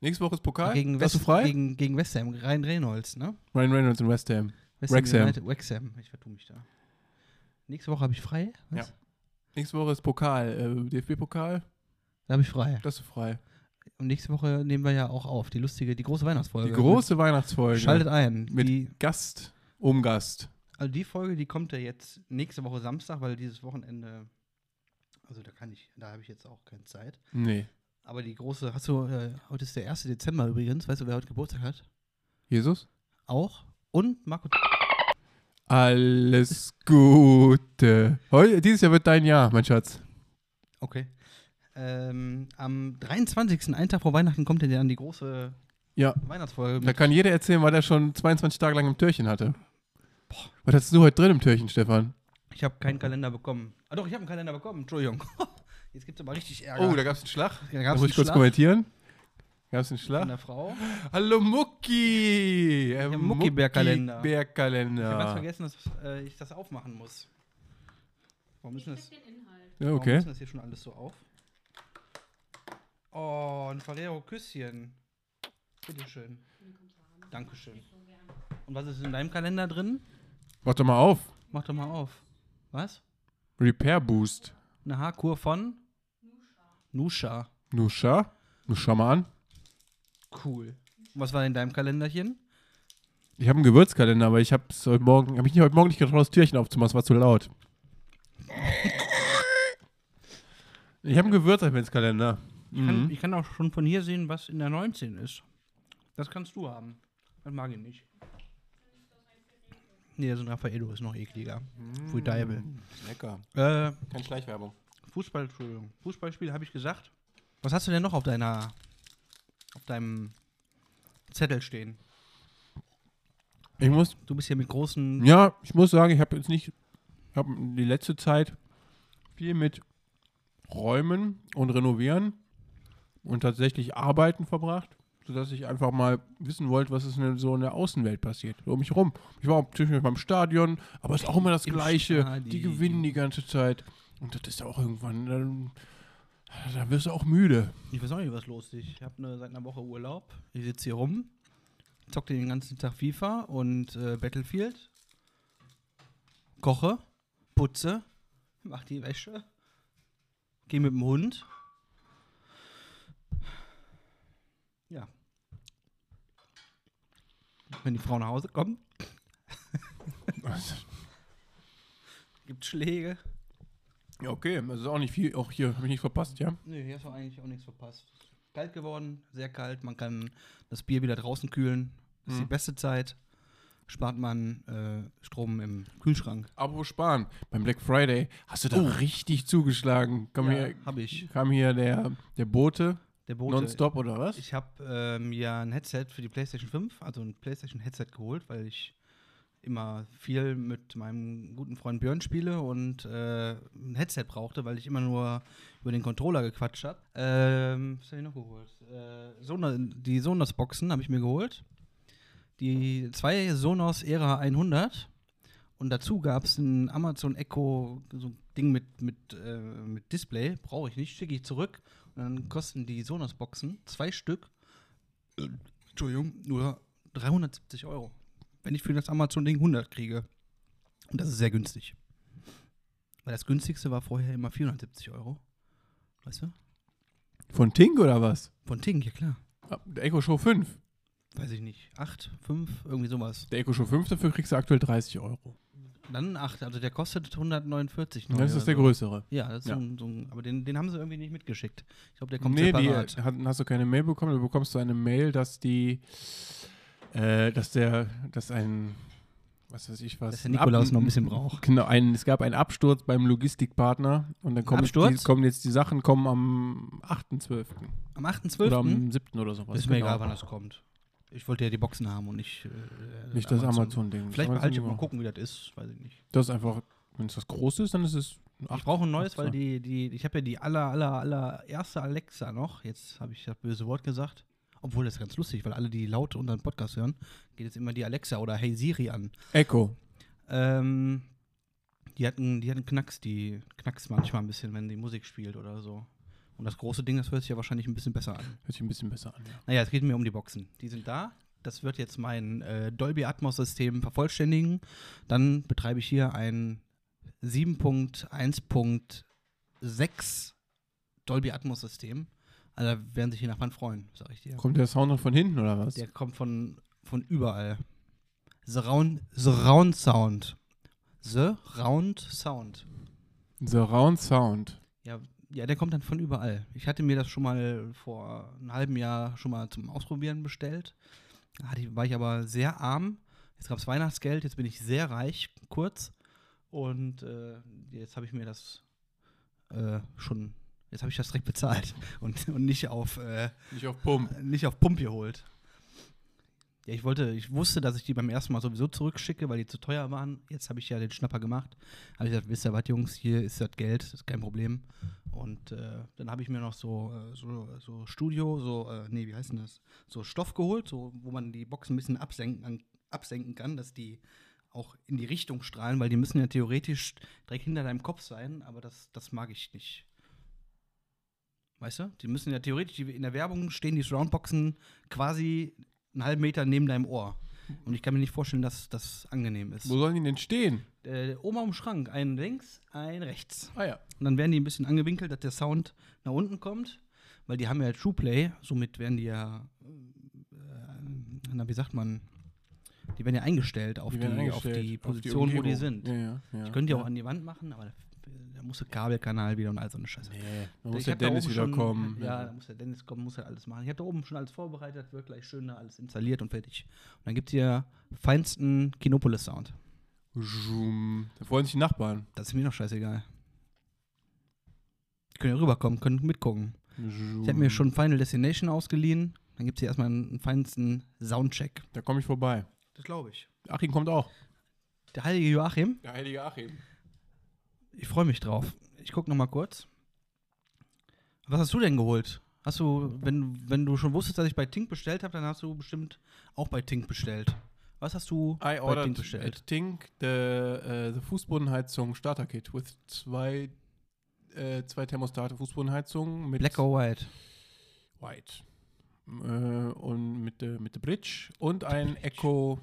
Speaker 1: Nächste Woche ist Pokal.
Speaker 2: Gegen
Speaker 1: Hast
Speaker 2: West,
Speaker 1: du frei?
Speaker 2: Gegen, gegen West Ham, Ryan Reynolds, ne?
Speaker 1: Ryan Reynolds und West Ham.
Speaker 2: West
Speaker 1: Wrexham.
Speaker 2: United, Wrexham. Ich vertue mich da. Nächste Woche habe ich frei. Was?
Speaker 1: Ja. Nächste Woche ist Pokal. Äh, DFB-Pokal.
Speaker 2: Da habe ich frei.
Speaker 1: Das ist frei.
Speaker 2: Und nächste Woche nehmen wir ja auch auf. Die lustige, die große Weihnachtsfolge.
Speaker 1: Die große Weihnachtsfolge.
Speaker 2: Schaltet ein.
Speaker 1: Mit-
Speaker 2: die,
Speaker 1: Gast, Umgast.
Speaker 2: also die Folge, die kommt ja jetzt nächste Woche Samstag, weil dieses Wochenende. Also da kann ich, da habe ich jetzt auch keine Zeit.
Speaker 1: Nee.
Speaker 2: Aber die große, hast du, äh, heute ist der 1. Dezember übrigens, weißt du, wer heute Geburtstag hat?
Speaker 1: Jesus?
Speaker 2: Auch. Und Marco.
Speaker 1: Alles Gute. Heu, dieses Jahr wird dein Jahr, mein Schatz.
Speaker 2: Okay. Ähm, am 23., einen Tag vor Weihnachten, kommt ja dann die große
Speaker 1: Ja.
Speaker 2: Weihnachtsfolge.
Speaker 1: Da
Speaker 2: Mit.
Speaker 1: kann jeder erzählen, was er schon 22 Tage lang im Türchen hatte. Was hattest du heute drin im Türchen, Stefan?
Speaker 2: Ich habe keinen Kalender bekommen. Ah doch, ich habe einen Kalender bekommen, Entschuldigung. Jetzt gibt es aber richtig Ärger.
Speaker 1: Oh, da gab es einen Schlag.
Speaker 2: da
Speaker 1: Da
Speaker 2: gab's
Speaker 1: muss ich kurz
Speaker 2: Schlag Genau.
Speaker 1: kommentieren. Gab es einen
Speaker 2: von
Speaker 1: Schlag?
Speaker 2: der Frau.
Speaker 1: Hallo Mucki! Äh,
Speaker 2: hab Mucki-Bär-Kalender. Ich habe ganz
Speaker 1: Mucki-Bär-Kalender.
Speaker 2: vergessen, dass äh, ich das aufmachen muss. Warum ist denn das,
Speaker 3: Ich krieg den Inhalt.
Speaker 1: Ja,
Speaker 2: warum ist
Speaker 1: okay.
Speaker 2: denn das hier schon alles so auf? Oh, ein Ferrero-Küsschen. Bitteschön. Dankeschön. Und was ist in deinem Kalender drin?
Speaker 1: Warte mal auf.
Speaker 2: Mach doch mal auf. Was?
Speaker 1: Repair Boost.
Speaker 2: Eine Haarkur von? Nusha.
Speaker 1: Nusha? Nuschaman?
Speaker 2: Cool. Was war in deinem Kalenderchen?
Speaker 1: Ich habe einen Gewürzkalender, aber ich habe es heute Morgen, habe ich heute Morgen nicht getraut, das Türchen aufzumachen, es war zu laut. Ich habe einen Gewürz-Adventskalender.
Speaker 2: Ich Kann,
Speaker 1: Mhm.
Speaker 2: ich kann auch schon von hier sehen, was in der 19 ist. Das kannst du haben. Das mag ich nicht. Nee, das ist ein Raffaello, ist noch ekliger. Pfui Deibel.
Speaker 1: Lecker.
Speaker 2: Äh,
Speaker 1: Keine Schleichwerbung.
Speaker 2: Fußball, Entschuldigung. Fußballspiel habe ich gesagt. Was hast du denn noch auf deiner, auf deinem Zettel stehen?
Speaker 1: Ich muss,
Speaker 2: Du bist hier mit großen.
Speaker 1: ja, ich muss sagen, ich habe jetzt nicht, ich habe die letzte Zeit viel mit Räumen und Renovieren und tatsächlich Arbeiten verbracht, sodass ich einfach mal wissen wollte, was ist denn so in der Außenwelt passiert, so um mich rum. Ich war auch zwischendurch beim Stadion, aber es ist auch immer das
Speaker 2: Im
Speaker 1: Gleiche. Die
Speaker 2: Stadion.
Speaker 1: gewinnen die ganze Zeit. Und das ist ja auch irgendwann, dann, dann wirst du auch müde.
Speaker 2: Ich weiß auch nicht, was los ist. Ich habe ne, seit einer Woche Urlaub. Ich sitze hier rum, zocke den ganzen Tag FIFA und äh, Battlefield, koche, putze, mach die Wäsche, gehe mit dem Hund. Ja. Wenn die Frau nach Hause kommt,
Speaker 1: Also,
Speaker 2: gibt Schläge.
Speaker 1: ja, okay, das ist auch nicht viel. Auch hier habe ich nicht verpasst, ja?
Speaker 2: Nö, hier hast du eigentlich auch nichts verpasst. Kalt geworden, sehr kalt. Man kann das Bier wieder draußen kühlen. Das ist die
Speaker 1: Mhm.
Speaker 2: beste Zeit. Spart man äh, Strom im Kühlschrank.
Speaker 1: Apropos Spahn, beim Black Friday hast du
Speaker 2: Oh.
Speaker 1: da richtig zugeschlagen. Kam, hier,
Speaker 2: Habe ich.
Speaker 1: kam hier der, der Bote,
Speaker 2: Der Bote.
Speaker 1: nonstop oder was?
Speaker 2: Ich habe äh, mir ein Headset für die PlayStation 5, also ein PlayStation Headset geholt, weil ich immer viel mit meinem guten Freund Björn spiele und äh, ein Headset brauchte, weil ich immer nur über den Controller gequatscht habe. Ähm, was habe ich noch geholt? Äh, Sonos, die Sonos-Boxen habe ich mir geholt. Die zwei Sonos Era 100. Und dazu gab es ein Amazon Echo, so ein Ding mit, mit, äh, mit Display. Brauche ich nicht, schicke ich zurück. Und dann kosten die Sonos-Boxen zwei Stück, äh, Entschuldigung, nur 370 Euro. Wenn ich für das Amazon-Ding 100 kriege. Und das ist sehr günstig. Weil das günstigste war vorher immer 470 Euro. Weißt du?
Speaker 1: Von Tink oder was?
Speaker 2: Von Ting, ja klar.
Speaker 1: Ah, Der Echo Show 5.
Speaker 2: Weiß ich nicht. 8, 5, irgendwie sowas.
Speaker 1: Der Echo Show 5, dafür kriegst du aktuell 30
Speaker 2: Oh,
Speaker 1: Euro.
Speaker 2: Dann 8, also der kostet 149. neu
Speaker 1: Das
Speaker 2: oder
Speaker 1: ist der
Speaker 2: so.
Speaker 1: größere.
Speaker 2: Ja, das ist
Speaker 1: Ja.
Speaker 2: So, ein, so ein, aber den, den haben sie irgendwie nicht mitgeschickt. Ich glaube, der kommt
Speaker 1: nee, die, äh,
Speaker 2: separat.
Speaker 1: hat- hast du keine Mail bekommen, du bekommst du eine Mail, dass die, äh, dass der, dass ein, was weiß ich was.
Speaker 2: Dass der
Speaker 1: ein
Speaker 2: Nikolaus noch ein bisschen braucht.
Speaker 1: Genau, ein, es gab einen Absturz beim Logistikpartner und dann kommen, jetzt die,
Speaker 2: Absturz?
Speaker 1: kommen jetzt die Sachen kommen am 8.12.
Speaker 2: Am
Speaker 1: oder
Speaker 2: 8.12.
Speaker 1: am 7. oder sowas. genau.
Speaker 2: Ist mir egal, wann das kommt. Ich wollte ja die Boxen haben und nicht. Äh,
Speaker 1: Nicht das Amazon-Ding.
Speaker 2: Vielleicht
Speaker 1: das,
Speaker 2: behalte ich
Speaker 1: Amazon
Speaker 2: mal
Speaker 1: mal
Speaker 2: gucken, wie das ist. Weiß ich nicht.
Speaker 1: das ist einfach, wenn es das große ist, dann ist es
Speaker 2: Ich brauche ein neues,
Speaker 1: ach,
Speaker 2: weil
Speaker 1: so.
Speaker 2: die, die, ich habe ja die aller, aller, aller erste Alexa noch. Jetzt habe ich das böse Wort gesagt. Obwohl, das ist ganz lustig, weil alle, die laut unseren Podcast hören, geht jetzt immer die Alexa oder Hey Siri an.
Speaker 1: Echo.
Speaker 2: Ähm, die hatten, die hatten Knacks, die knackst manchmal ein bisschen, wenn die Musik spielt oder so. Und das große Ding, das hört sich ja wahrscheinlich ein bisschen besser an.
Speaker 1: Hört sich ein bisschen besser an. Ja.
Speaker 2: Naja, es geht mir um die Boxen. Die sind da. Das wird jetzt mein äh, Dolby Atmos System vervollständigen. Dann betreibe ich hier ein 7.1.6 Dolby Atmos System. Also da werden sich die Nachbarn freuen, sag ich dir.
Speaker 1: Kommt der Sound noch von hinten oder was?
Speaker 2: Der kommt von, von überall. Surround, Surround Sound. Surround Sound.
Speaker 1: Surround Sound.
Speaker 2: Ja, ja, der kommt dann von überall. Ich hatte mir das schon mal vor einem halben Jahr schon mal zum Ausprobieren bestellt. Da hatte ich, war ich aber sehr arm. Jetzt gab es Weihnachtsgeld, jetzt bin ich sehr reich, kurz. Und äh, jetzt habe ich mir das äh, schon, jetzt habe ich das direkt bezahlt und, und nicht auf äh,
Speaker 1: Nicht auf Pump.
Speaker 2: nicht auf Pump geholt. Ja, ich wollte, ich wusste, dass ich die beim ersten Mal sowieso zurückschicke, weil die zu teuer waren. Jetzt habe ich ja den Schnapper gemacht. Habe ich gesagt, wisst ihr was, Jungs, hier ist das Geld, das ist kein Problem. Und äh, dann habe ich mir noch so, äh, so, so Studio, so, äh, nee, wie heißt denn das? So Stoff geholt, so, wo man die Boxen ein bisschen absenken, an, absenken kann, dass die auch in die Richtung strahlen, weil die müssen ja theoretisch direkt hinter deinem Kopf sein, aber das, das mag ich nicht. Weißt du? Die müssen ja theoretisch, die, in der Werbung stehen die Surroundboxen quasi einen halben Meter neben deinem Ohr. Und ich kann mir nicht vorstellen, dass das angenehm ist.
Speaker 1: Wo sollen die denn stehen?
Speaker 2: äh, oben am Schrank, einen links, einen rechts.
Speaker 1: Ah ja.
Speaker 2: Und dann werden die ein bisschen angewinkelt, dass der Sound nach unten kommt, weil die haben ja Trueplay, somit werden die ja, äh, na, wie sagt man, die werden ja eingestellt auf
Speaker 1: Die
Speaker 2: die,
Speaker 1: werden
Speaker 2: auf
Speaker 1: eingestellt,
Speaker 2: die
Speaker 1: auf
Speaker 2: Position, wo die
Speaker 1: Umgebung.
Speaker 2: sind.
Speaker 1: Ja, ja, ja.
Speaker 2: Ich könnte die
Speaker 1: ja
Speaker 2: auch an die Wand machen, aber da, da muss der Kabelkanal wieder und all so eine Scheiße.
Speaker 1: Nee, da muss
Speaker 2: Ich
Speaker 1: der
Speaker 2: hab da
Speaker 1: Dennis
Speaker 2: oben
Speaker 1: wieder
Speaker 2: schon,
Speaker 1: kommen.
Speaker 2: Ja, da muss der Dennis kommen, muss er alles machen. Ich habe da oben schon alles vorbereitet, wird gleich schön da alles installiert und fertig. Und dann gibt es hier feinsten Kinopolis-Sound.
Speaker 1: Zoom. Da freuen sich die Nachbarn.
Speaker 2: Das ist mir noch scheißegal. Die Können ja rüberkommen, können mitgucken. Ich habe mir schon Final Destination ausgeliehen. Dann gibt es hier erstmal einen feinsten Soundcheck.
Speaker 1: Da komme ich vorbei.
Speaker 2: Das glaube ich.
Speaker 1: Achim kommt auch.
Speaker 2: Der heilige Joachim,
Speaker 1: Der heilige Achim.
Speaker 2: ich freue mich drauf. Ich gucke nochmal kurz. Was hast du denn geholt? Hast du, wenn, wenn du schon wusstest, dass ich bei Tink bestellt habe, dann hast du bestimmt auch bei Tink bestellt. Was hast du
Speaker 1: I
Speaker 2: bei Tink
Speaker 1: ordered
Speaker 2: bestellt?
Speaker 1: at Tink the, äh, the Fußbodenheizung Starter Kit with zwei, äh, zwei Thermostate Fußbodenheizung mit
Speaker 2: Black or White?
Speaker 1: White. Äh, und mit der mit der Bridge und ein Echo,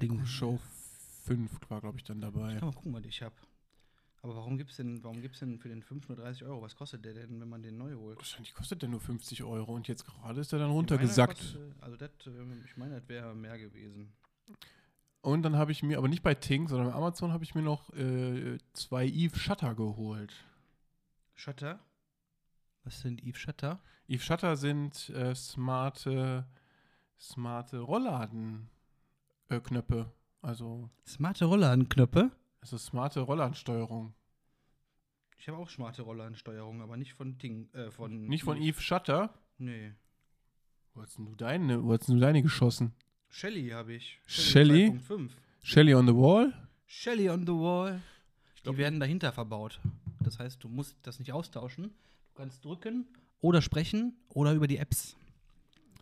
Speaker 2: Ding.
Speaker 1: Echo Show 5 war, glaube ich, dann dabei.
Speaker 2: Kann mal gucken, was ich habe. Aber warum gibt es denn, warum gibt's denn für den 5 nur 30 Euro? Was kostet der denn, wenn man den neu holt?
Speaker 1: Wahrscheinlich kostet der nur 50 Euro und jetzt gerade ist er dann runtergesackt.
Speaker 2: Ich meine, das kostet- Also das, ähm, ich meine, das wäre mehr gewesen.
Speaker 1: Und dann habe ich mir, aber nicht bei Ting, sondern bei Amazon habe ich mir noch äh, zwei Eve Shutter geholt.
Speaker 2: Shutter? Was sind Eve Shutter?
Speaker 1: Eve Shutter sind äh, smarte, smarte Rollladenknöpfe. Äh, Knöpfe. also,
Speaker 2: Smarte Rollladenknöpfe?
Speaker 1: es ist smarte Rollladensteuerung.
Speaker 2: Ich habe auch smarte Rollladensteuerung, aber nicht von Ding, äh, von.
Speaker 1: Nicht von Eve Shutter.
Speaker 2: Nee.
Speaker 1: Wo hast denn du deine, wo hast denn du deine geschossen?
Speaker 2: Shelly habe ich.
Speaker 1: Shelly?
Speaker 2: 2.5.
Speaker 1: Shelly on the Wall?
Speaker 2: Shelly on the Wall.
Speaker 1: glaub,
Speaker 2: die werden dahinter verbaut. Das heißt, du musst das nicht austauschen. Du kannst drücken oder sprechen oder über die Apps.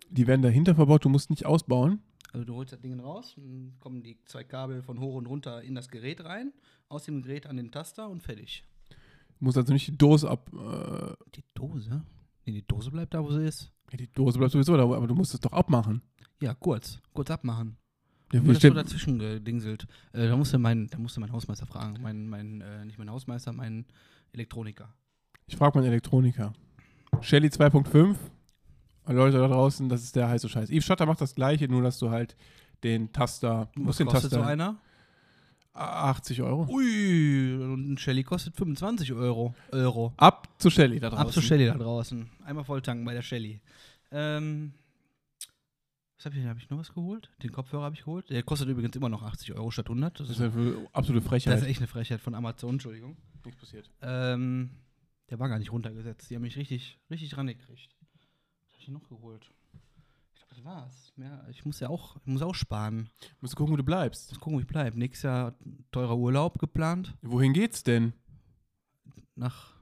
Speaker 1: Die werden dahinter verbaut, du musst nicht ausbauen.
Speaker 2: Also du holst das Ding raus, dann kommen die zwei Kabel von hoch und runter in das Gerät rein, aus dem Gerät an den Taster und fertig.
Speaker 1: Du musst also nicht die Dose ab. Äh,
Speaker 2: Die Dose? Nee, die Dose bleibt da, wo sie ist.
Speaker 1: ja, die Dose bleibt sowieso da, aber du musst es doch abmachen.
Speaker 2: Ja, kurz. Kurz abmachen.
Speaker 1: Ja,
Speaker 2: Mir
Speaker 1: wo
Speaker 2: ist so
Speaker 1: steht,
Speaker 2: dazwischen gedingselt. Äh, da musste mein, da musste mein Hausmeister fragen. Mein, mein, äh, nicht mein Hausmeister, mein Elektroniker.
Speaker 1: ich frage meinen Elektroniker. Shelly 2.5. Leute da draußen, das ist der heiße Scheiß. Eve Shutter macht das gleiche, nur dass du halt den Taster. Du musst den
Speaker 2: kostet so
Speaker 1: Taster.
Speaker 2: einer?
Speaker 1: 80 Euro.
Speaker 2: Ui, und ein Shelly kostet 25 Euro. Euro.
Speaker 1: Ab zu Shelly da draußen.
Speaker 2: Ab zur Shelly da draußen. Einmal volltanken bei der Shelly. Ähm, was habe ich, hab ich noch was geholt? Den Kopfhörer habe ich geholt. Der kostet übrigens immer noch 80 Euro statt 100. Das
Speaker 1: Das
Speaker 2: ist,
Speaker 1: ist eine absolute
Speaker 2: das
Speaker 1: Frechheit.
Speaker 2: ist echt eine Frechheit von Amazon, Entschuldigung.
Speaker 1: nichts passiert.
Speaker 2: Ähm, der war gar nicht runtergesetzt. Die haben mich richtig, richtig rangekriegt. Was habe ich denn noch geholt? Ich glaube, das war's. Mehr, ich muss ja auch, ich muss auch sparen.
Speaker 1: Musst du gucken, wo du bleibst.
Speaker 2: Muss gucken, wo ich bleibe. Nächstes Jahr teurer Urlaub geplant
Speaker 1: Wohin geht's denn?
Speaker 2: nach,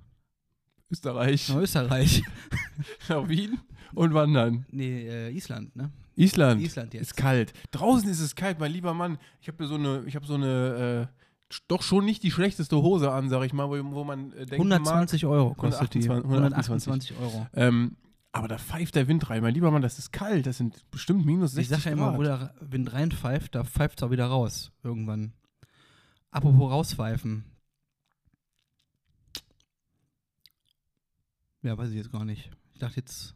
Speaker 1: Österreich,
Speaker 2: nach Österreich.
Speaker 1: nach Wien und wandern.
Speaker 2: nee, äh, Island, ne?
Speaker 1: Island.
Speaker 2: Island jetzt.
Speaker 1: Ist kalt. Draußen ist es kalt, mein lieber Mann. Ich habe so eine, ich habe so eine, äh, sch- doch schon nicht die schlechteste Hose an, sag ich mal, wo, wo man äh, denkt,
Speaker 2: 120 Euro kostet die.
Speaker 1: 128.
Speaker 2: 128 Euro.
Speaker 1: Mag, ähm, aber da pfeift der Wind rein, mein lieber Mann. Das ist kalt. Das sind bestimmt minus 60
Speaker 2: Ich sag ja immer,
Speaker 1: Grad.
Speaker 2: wo der Wind reinpfeift, da pfeift es auch wieder raus. Irgendwann. Apropos rauspfeifen. Ja, weiß ich jetzt gar nicht. Ich dachte jetzt,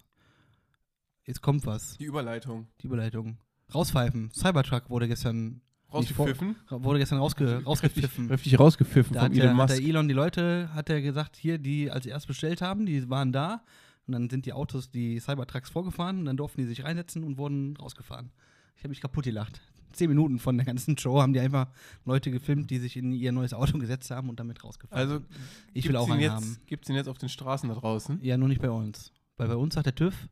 Speaker 2: jetzt kommt was.
Speaker 1: die Überleitung.
Speaker 2: Die Überleitung. Rauspfeifen. Cybertruck wurde gestern,
Speaker 1: Rausgepfiffen.
Speaker 2: wurde gestern rausge, rausgepfiffen.
Speaker 1: Richtig rausgepfiffen
Speaker 2: Hm. Da
Speaker 1: von Elon
Speaker 2: hat der, hat der
Speaker 1: Musk.
Speaker 2: Elon die Leute, hat er gesagt, hier, die als erst bestellt haben, die waren da. Und dann sind die Autos, die Cybertrucks vorgefahren und dann durften die sich reinsetzen und wurden rausgefahren. Ich habe mich kaputt gelacht. Zehn Minuten von der ganzen Show haben die einfach Leute gefilmt, die sich in ihr neues Auto gesetzt haben und damit rausgefahren
Speaker 1: Also,
Speaker 2: sind. eh- Ich will
Speaker 1: gibt's
Speaker 2: auch
Speaker 1: ihn
Speaker 2: einen
Speaker 1: jetzt,
Speaker 2: haben.
Speaker 1: Gibt's ihn jetzt auf den Straßen da draußen?
Speaker 2: Ja, nur nicht bei uns. Weil bei uns sagt der TÜV,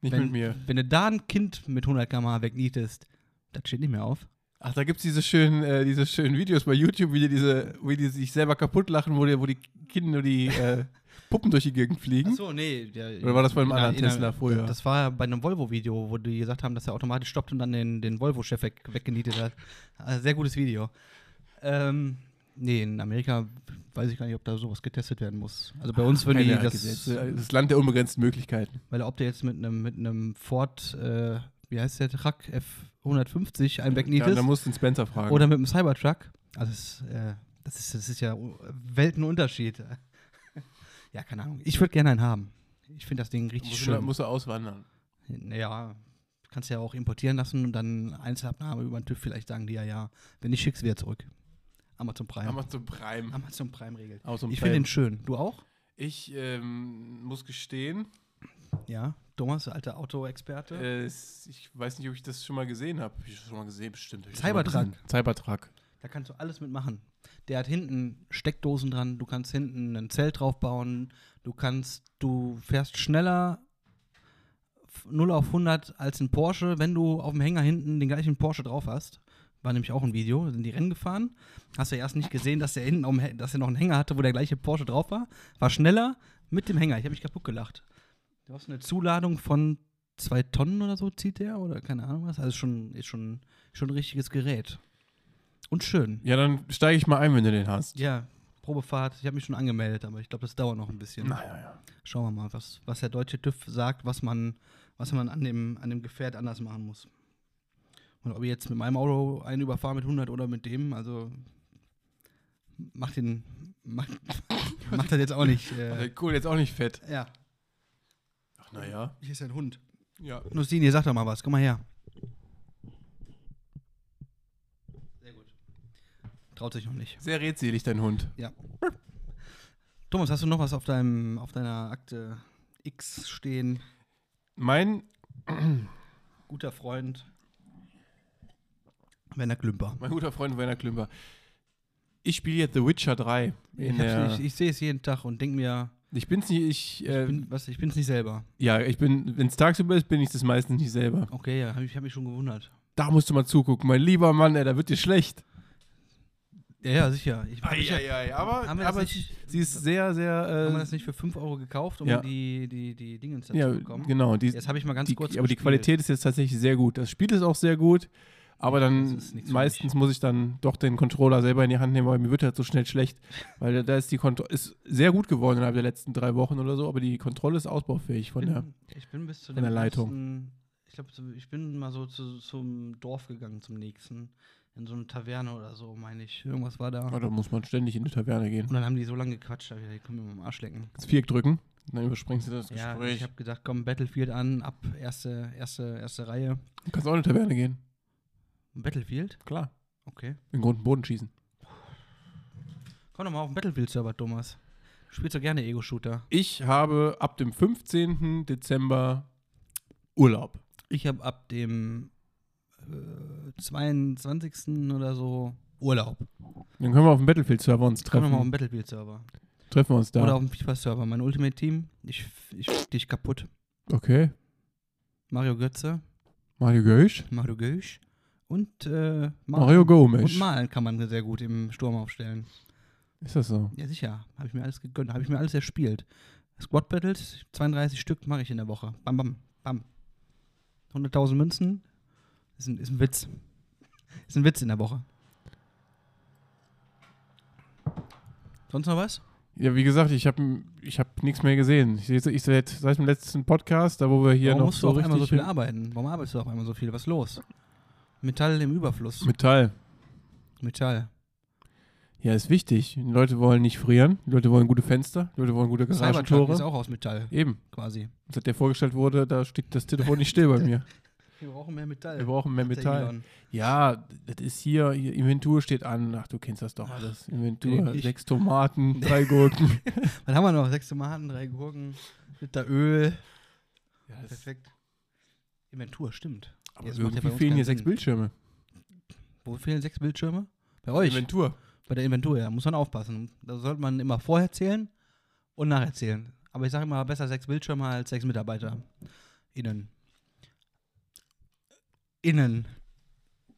Speaker 1: Nicht
Speaker 2: wenn,
Speaker 1: mit mir.
Speaker 2: wenn du da ein Kind mit 100 km/h wegnietest, das steht nicht mehr auf.
Speaker 1: Ach, da gibt es diese schönen, äh, diese schönen Videos bei YouTube, wie die, diese, wie die sich selber kaputt lachen, wo die, wo die Kinder, die äh, Puppen durch die Gegend fliegen.
Speaker 2: Achso, nee. Der,
Speaker 1: Hm? Oder war das bei einem
Speaker 2: in
Speaker 1: anderen
Speaker 2: einer- in
Speaker 1: Tesla
Speaker 2: einer-
Speaker 1: früher?
Speaker 2: Das war bei einem Volvo-Video, wo die gesagt haben, dass er automatisch stoppt und dann den, den Volvo-Chef weg, weggenietet hat. Also sehr gutes Video. Ähm, nee, in Amerika weiß ich gar nicht, ob da sowas getestet werden muss. Also bei uns würden die
Speaker 1: Ah, Keine
Speaker 2: das, äh,
Speaker 1: Gesetze, das Land der unbegrenzten Möglichkeiten.
Speaker 2: weil ob der jetzt mit einem mit einem Ford, äh, wie heißt der, Truck F150 einen
Speaker 1: Ja,
Speaker 2: wegnietet
Speaker 1: da musst du den Spencer fragen.
Speaker 2: oder mit einem Cybertruck, Also es, äh, das, ist, das ist ja u- Weltenunterschied. ja, keine Ahnung. Ich würde gerne einen haben. Ich finde das Ding richtig
Speaker 1: Musst du,
Speaker 2: schön.
Speaker 1: musst du auswandern.
Speaker 2: Naja, kannst ja auch importieren lassen und dann Einzelabnahme über den TÜV vielleicht sagen die ja, ja. Wenn nicht, schickst du wieder zurück. Amazon Prime.
Speaker 1: Amazon Prime.
Speaker 2: Amazon Prime regelt.
Speaker 1: Amazon
Speaker 2: Ich
Speaker 1: Prime.
Speaker 2: finde den schön. Du auch?
Speaker 1: Ich ähm, muss gestehen,
Speaker 2: Ja. Thomas, alter Autoexperte.
Speaker 1: äh, es- ich weiß nicht, ob ich das schon mal gesehen habe. Hab ich das schon mal gesehen, bestimmt. Hab ich das schon mal
Speaker 2: Cybertruck.
Speaker 1: gesehen. Cybertruck.
Speaker 2: Da kannst du alles mitmachen. Der hat hinten Steckdosen dran, du kannst hinten ein Zelt draufbauen, du kannst, du fährst schneller f- 0 auf 100 als ein Porsche, wenn du auf dem Hänger hinten den gleichen Porsche drauf hast. War nämlich auch ein Video, sind die Rennen gefahren. Hast du erst nicht gesehen, dass der hinten auf dem, Hä- dass er noch einen Hänger hatte, wo der gleiche Porsche drauf war. War schneller mit dem Hänger. Ich habe mich kaputt gelacht. Du hast eine Zuladung von zwei Tonnen oder so, zieht der oder keine Ahnung was. Also schon, ist schon, schon ein richtiges Gerät. Und schön.
Speaker 1: Ja, dann steige ich mal ein, wenn du den hast.
Speaker 2: Ja, Probefahrt. Ich habe mich schon angemeldet, aber ich glaube, das dauert noch ein bisschen.
Speaker 1: Naja, ja.
Speaker 2: Schauen wir mal, was, was der deutsche TÜV sagt, was man, was man an, dem, an dem Gefährt anders machen muss. Und ob ich jetzt mit meinem Auto einen überfahre mit 100 oder mit dem, also macht den, macht, macht das jetzt auch nicht. Äh,
Speaker 1: Cool, jetzt auch nicht fett.
Speaker 2: ja,
Speaker 1: Ach, naja.
Speaker 2: hier ist ja ein Hund.
Speaker 1: Ja.
Speaker 2: Nusini, sag doch mal was, komm mal her. Sehr gut. Traut sich noch nicht.
Speaker 1: Sehr redselig, dein Hund.
Speaker 2: Thomas, hast du noch was auf, deinem, auf deiner Akte X stehen?
Speaker 1: Mein
Speaker 2: Guter Freund. Werner Klümper.
Speaker 1: Mein guter Freund Werner Klümper. Ich spiele jetzt The Witcher 3. In
Speaker 2: Ich,
Speaker 1: ich, der,
Speaker 2: hab's- ich,
Speaker 1: ich,
Speaker 2: ich sehe es jeden Tag und denke mir,
Speaker 1: bin's nicht, ich, äh,
Speaker 2: ich bin, was, ich bin's nicht selber.
Speaker 1: ja, ich bin, wenn es tagsüber ist, bin ich das meistens nicht selber.
Speaker 2: Okay, ja, hab ich habe mich schon gewundert.
Speaker 1: Da musst du mal zugucken, mein lieber Mann, ey, da wird dir schlecht.
Speaker 2: Ja, ja, sicher. Ich, hab ich ja,
Speaker 1: aber,
Speaker 2: haben, wir
Speaker 1: aber
Speaker 2: das nicht,
Speaker 1: sie ist sehr, äh,
Speaker 2: haben wir
Speaker 1: sehr,
Speaker 2: das nicht für 5 Euro gekauft, um
Speaker 1: Ja.
Speaker 2: die, die, die Dinge zu
Speaker 1: äh, ja,
Speaker 2: bekommen?
Speaker 1: genau. Die,
Speaker 2: Jetzt habe ich mal ganz
Speaker 1: die,
Speaker 2: kurz.
Speaker 1: aber die
Speaker 2: gespielt.
Speaker 1: Qualität ist jetzt tatsächlich sehr gut. Das Spiel ist auch sehr gut, aber dann
Speaker 2: Das ist nichts für
Speaker 1: meistens muss ich dann doch den Controller selber in die Hand nehmen, weil mir wird halt so schnell schlecht, weil da- da ist die Kontrolle, ist sehr gut geworden innerhalb der letzten drei Wochen oder so, aber die Kontrolle ist ausbaufähig von der
Speaker 2: bin, ich bin bis zu
Speaker 1: von der Leitung.
Speaker 2: nächsten- ich glaube, so- ich bin mal so zu, zum Dorf gegangen, zum nächsten. In so eine Taverne oder so, meine ich. Irgendwas war da.
Speaker 1: Ah, da muss man ständig in die Taverne gehen.
Speaker 2: Und dann haben die so lange gequatscht, da hab ich gesagt, komm, wir mal am Arsch lecken.
Speaker 1: Das Viereck drücken, dann überspringst du das
Speaker 2: Ja, also
Speaker 1: Gespräch.
Speaker 2: ich habe gedacht, komm, Battlefield an, ab erste, erste, erste Reihe.
Speaker 1: du kannst auch in die Taverne gehen.
Speaker 2: Battlefield?
Speaker 1: Klar.
Speaker 2: Okay.
Speaker 1: In den Grund und Boden schießen.
Speaker 2: Komm doch mal auf den Battlefield-Server, Thomas. Du spielst doch gerne Ego-Shooter.
Speaker 1: Ich habe ab dem 15. Dezember Urlaub.
Speaker 2: Ich habe ab dem äh, 22. oder so Urlaub.
Speaker 1: Dann können wir auf dem Battlefield-Server uns
Speaker 2: Komm doch mal auf
Speaker 1: treffen.
Speaker 2: den Battlefield-Server.
Speaker 1: Treffen wir uns da.
Speaker 2: Oder auf dem FIFA-Server. Mein Ultimate-Team, ich, ich fick dich kaputt.
Speaker 1: okay.
Speaker 2: Mario Götze,
Speaker 1: Mario Gösch.
Speaker 2: Mario Gösch und äh, Malen.
Speaker 1: Mario
Speaker 2: Und
Speaker 1: Gomes.
Speaker 2: Malen kann man sehr gut im Sturm aufstellen.
Speaker 1: Ist das so?
Speaker 2: Ja, sicher. Habe ich mir alles gegönnt. Habe ich mir alles erspielt. Squad Battles, 32 Stück mache ich in der Woche. Bam, bam, bam. 100.000 Münzen ist ein, ist ein Witz. Ist ein Witz in der Woche. Sonst noch was?
Speaker 1: Ja, wie gesagt, ich habe ich hab nichts mehr gesehen. Ich, ich, seit, seit dem letzten Podcast, da wo wir hier
Speaker 2: Warum
Speaker 1: noch
Speaker 2: musst du auf einmal so
Speaker 1: richtig
Speaker 2: viel arbeiten? Warum arbeitest du auf einmal so viel? Was ist los? Metall im Überfluss.
Speaker 1: Metall.
Speaker 2: Metall.
Speaker 1: Ja, ist wichtig. Die Leute wollen nicht frieren. Die Leute wollen gute Fenster. Die Leute wollen gute
Speaker 2: Cybertruck ist
Speaker 1: Garagentore.
Speaker 2: auch aus Metall,
Speaker 1: Eben.
Speaker 2: quasi.
Speaker 1: Seit der vorgestellt wurde, da steht das Telefon nicht still bei mir.
Speaker 2: Wir brauchen mehr Metall.
Speaker 1: Wir brauchen mehr Metall. Ja, das ist hier, hier Inventur steht an. Ach, du kennst das doch alles. Inventur,
Speaker 2: nee, ich-
Speaker 1: sechs Tomaten, drei Gurken.
Speaker 2: Was haben wir noch? Sechs Tomaten, drei Gurken, Liter Öl.
Speaker 1: ja, das-
Speaker 2: Perfekt. Inventur, stimmt.
Speaker 1: aber
Speaker 2: Jetzt macht ja bei
Speaker 1: irgendwie
Speaker 2: uns
Speaker 1: fehlen
Speaker 2: keinen
Speaker 1: hier sechs
Speaker 2: Sinn.
Speaker 1: Bildschirme.
Speaker 2: Wo fehlen sechs Bildschirme? Bei euch,
Speaker 1: Inventur.
Speaker 2: bei der Inventur, ja. Muss man aufpassen. Da sollte man immer vorher zählen und nachher zählen. Aber ich sage immer, besser sechs Bildschirme als sechs Mitarbeiter. Innen. Innen.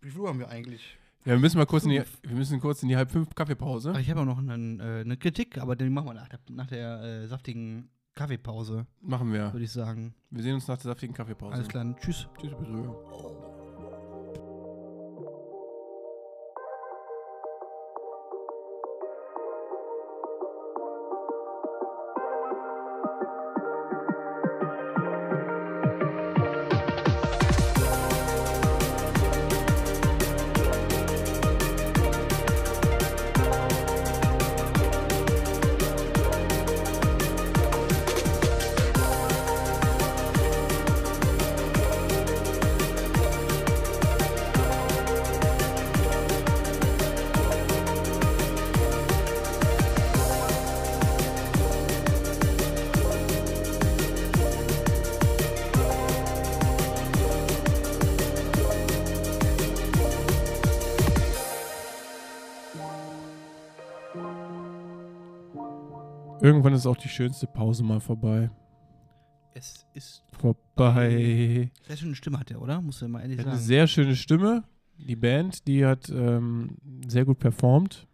Speaker 2: Wie viel haben wir eigentlich?
Speaker 1: Ja, wir müssen mal kurz in die, wir müssen kurz in die halb fünf Kaffeepause.
Speaker 2: ich habe auch noch einen, äh, eine Kritik, aber den machen wir nach der, nach der äh, saftigen Kaffeepause,
Speaker 1: Machen wir.
Speaker 2: würde ich sagen.
Speaker 1: Wir sehen uns nach der saftigen Kaffeepause.
Speaker 2: Alles klar, tschüss.
Speaker 1: Tschüss, Betrüger. Irgendwann ist auch die schönste Pause mal vorbei.
Speaker 2: Es ist.
Speaker 1: Vorbei.
Speaker 2: Sehr schöne Stimme hat er, oder? Muss ja mal ehrlich
Speaker 1: Er hat eine
Speaker 2: sagen.
Speaker 1: sehr schöne Stimme. Die Band, die hat ähm, sehr gut performt.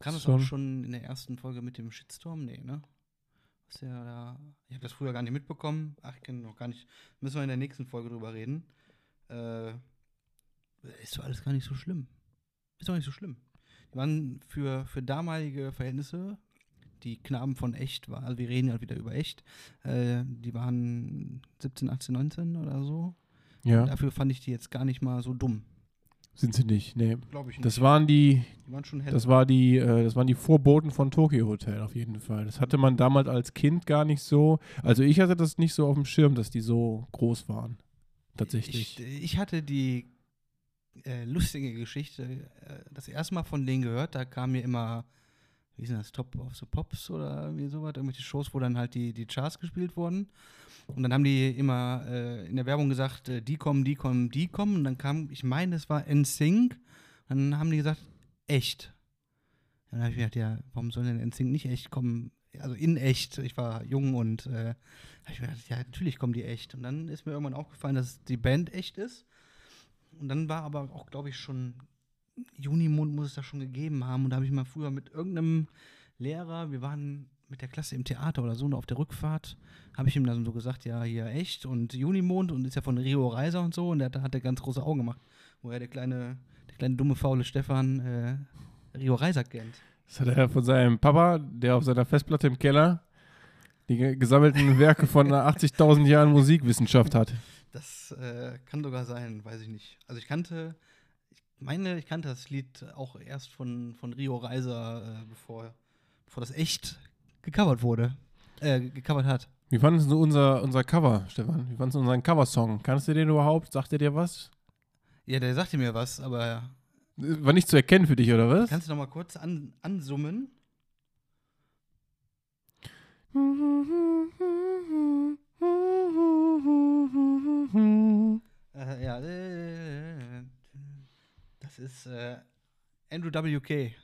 Speaker 2: Kam das
Speaker 1: Song.
Speaker 2: auch schon in der ersten Folge mit dem Shitstorm? Nee, ne? Ist ja da, ich habe das früher gar nicht mitbekommen. Ach, ich kenne noch gar nicht. Müssen wir in der nächsten Folge drüber reden. Äh, ist doch alles gar nicht so schlimm. Ist doch nicht so schlimm. Die waren für, für damalige Verhältnisse, die Knaben von Echt waren, also wir reden ja wieder über Echt, äh, die waren 17, 18, 19 oder so.
Speaker 1: Ja,
Speaker 2: Dafür fand ich die jetzt gar nicht mal so dumm.
Speaker 1: sind sie nicht. Nee.
Speaker 2: Glaube ich nicht.
Speaker 1: Das waren die,
Speaker 2: die waren schon hell.
Speaker 1: das war die, äh, das waren die Vorboten von Tokyo Hotel auf jeden Fall. Das hatte man damals als Kind gar nicht so. Also ich hatte das nicht so auf dem Schirm, dass die so groß waren. Tatsächlich.
Speaker 2: Ich, ich hatte die äh, lustige Geschichte äh, das erste Mal von denen gehört. Da kam mir immer, wie ist denn das, Top of the Pops oder irgendwie sowas, irgendwelche Shows, wo dann halt die, die Charts gespielt wurden. Und dann haben die immer äh, in der Werbung gesagt, äh, die kommen, die kommen, die kommen. Und dann kam, ich meine, es war NSYNC. Dann haben die gesagt, echt. Dann habe ich mir gedacht, ja, warum soll denn NSYNC nicht echt kommen? Also in echt. Ich war jung und äh, hab ich mir gedacht, ja, natürlich kommen die echt. Und dann ist mir irgendwann aufgefallen, dass die Band echt ist. Und dann war aber auch, glaube ich, schon Junimond muss es da schon gegeben haben. Und da habe ich mal früher mit irgendeinem Lehrer, wir waren mit der Klasse im Theater oder so und auf der Rückfahrt, habe ich ihm dann so gesagt, ja, hier echt und Junimond und ist ja von Rio Reiser und so. Und der, da hat er ganz große Augen gemacht. Woher der kleine, der kleine dumme, faule Stefan äh, Rio Reiser kennt.
Speaker 1: Das hat er von seinem Papa, der auf seiner Festplatte im Keller die ge- gesammelten Werke von 80.000 Jahren Musikwissenschaft hat.
Speaker 2: Das äh, kann sogar sein, weiß ich nicht. Also ich kannte, ich meine, ich kannte das Lied auch erst von, von Rio Reiser, äh, bevor, bevor das echt gecovert wurde. Äh, gecovert hat.
Speaker 1: Wie fandest du unser, unser Cover, Stefan? Wie fandest du unseren Coversong? Kannst du den überhaupt? Sagt er dir was?
Speaker 2: Ja, der sagte mir was, aber
Speaker 1: War nicht zu erkennen für dich, oder was?
Speaker 2: kannst du noch mal kurz an, ansummen? Äh, ja, äh, das ist äh, Andrew W.K.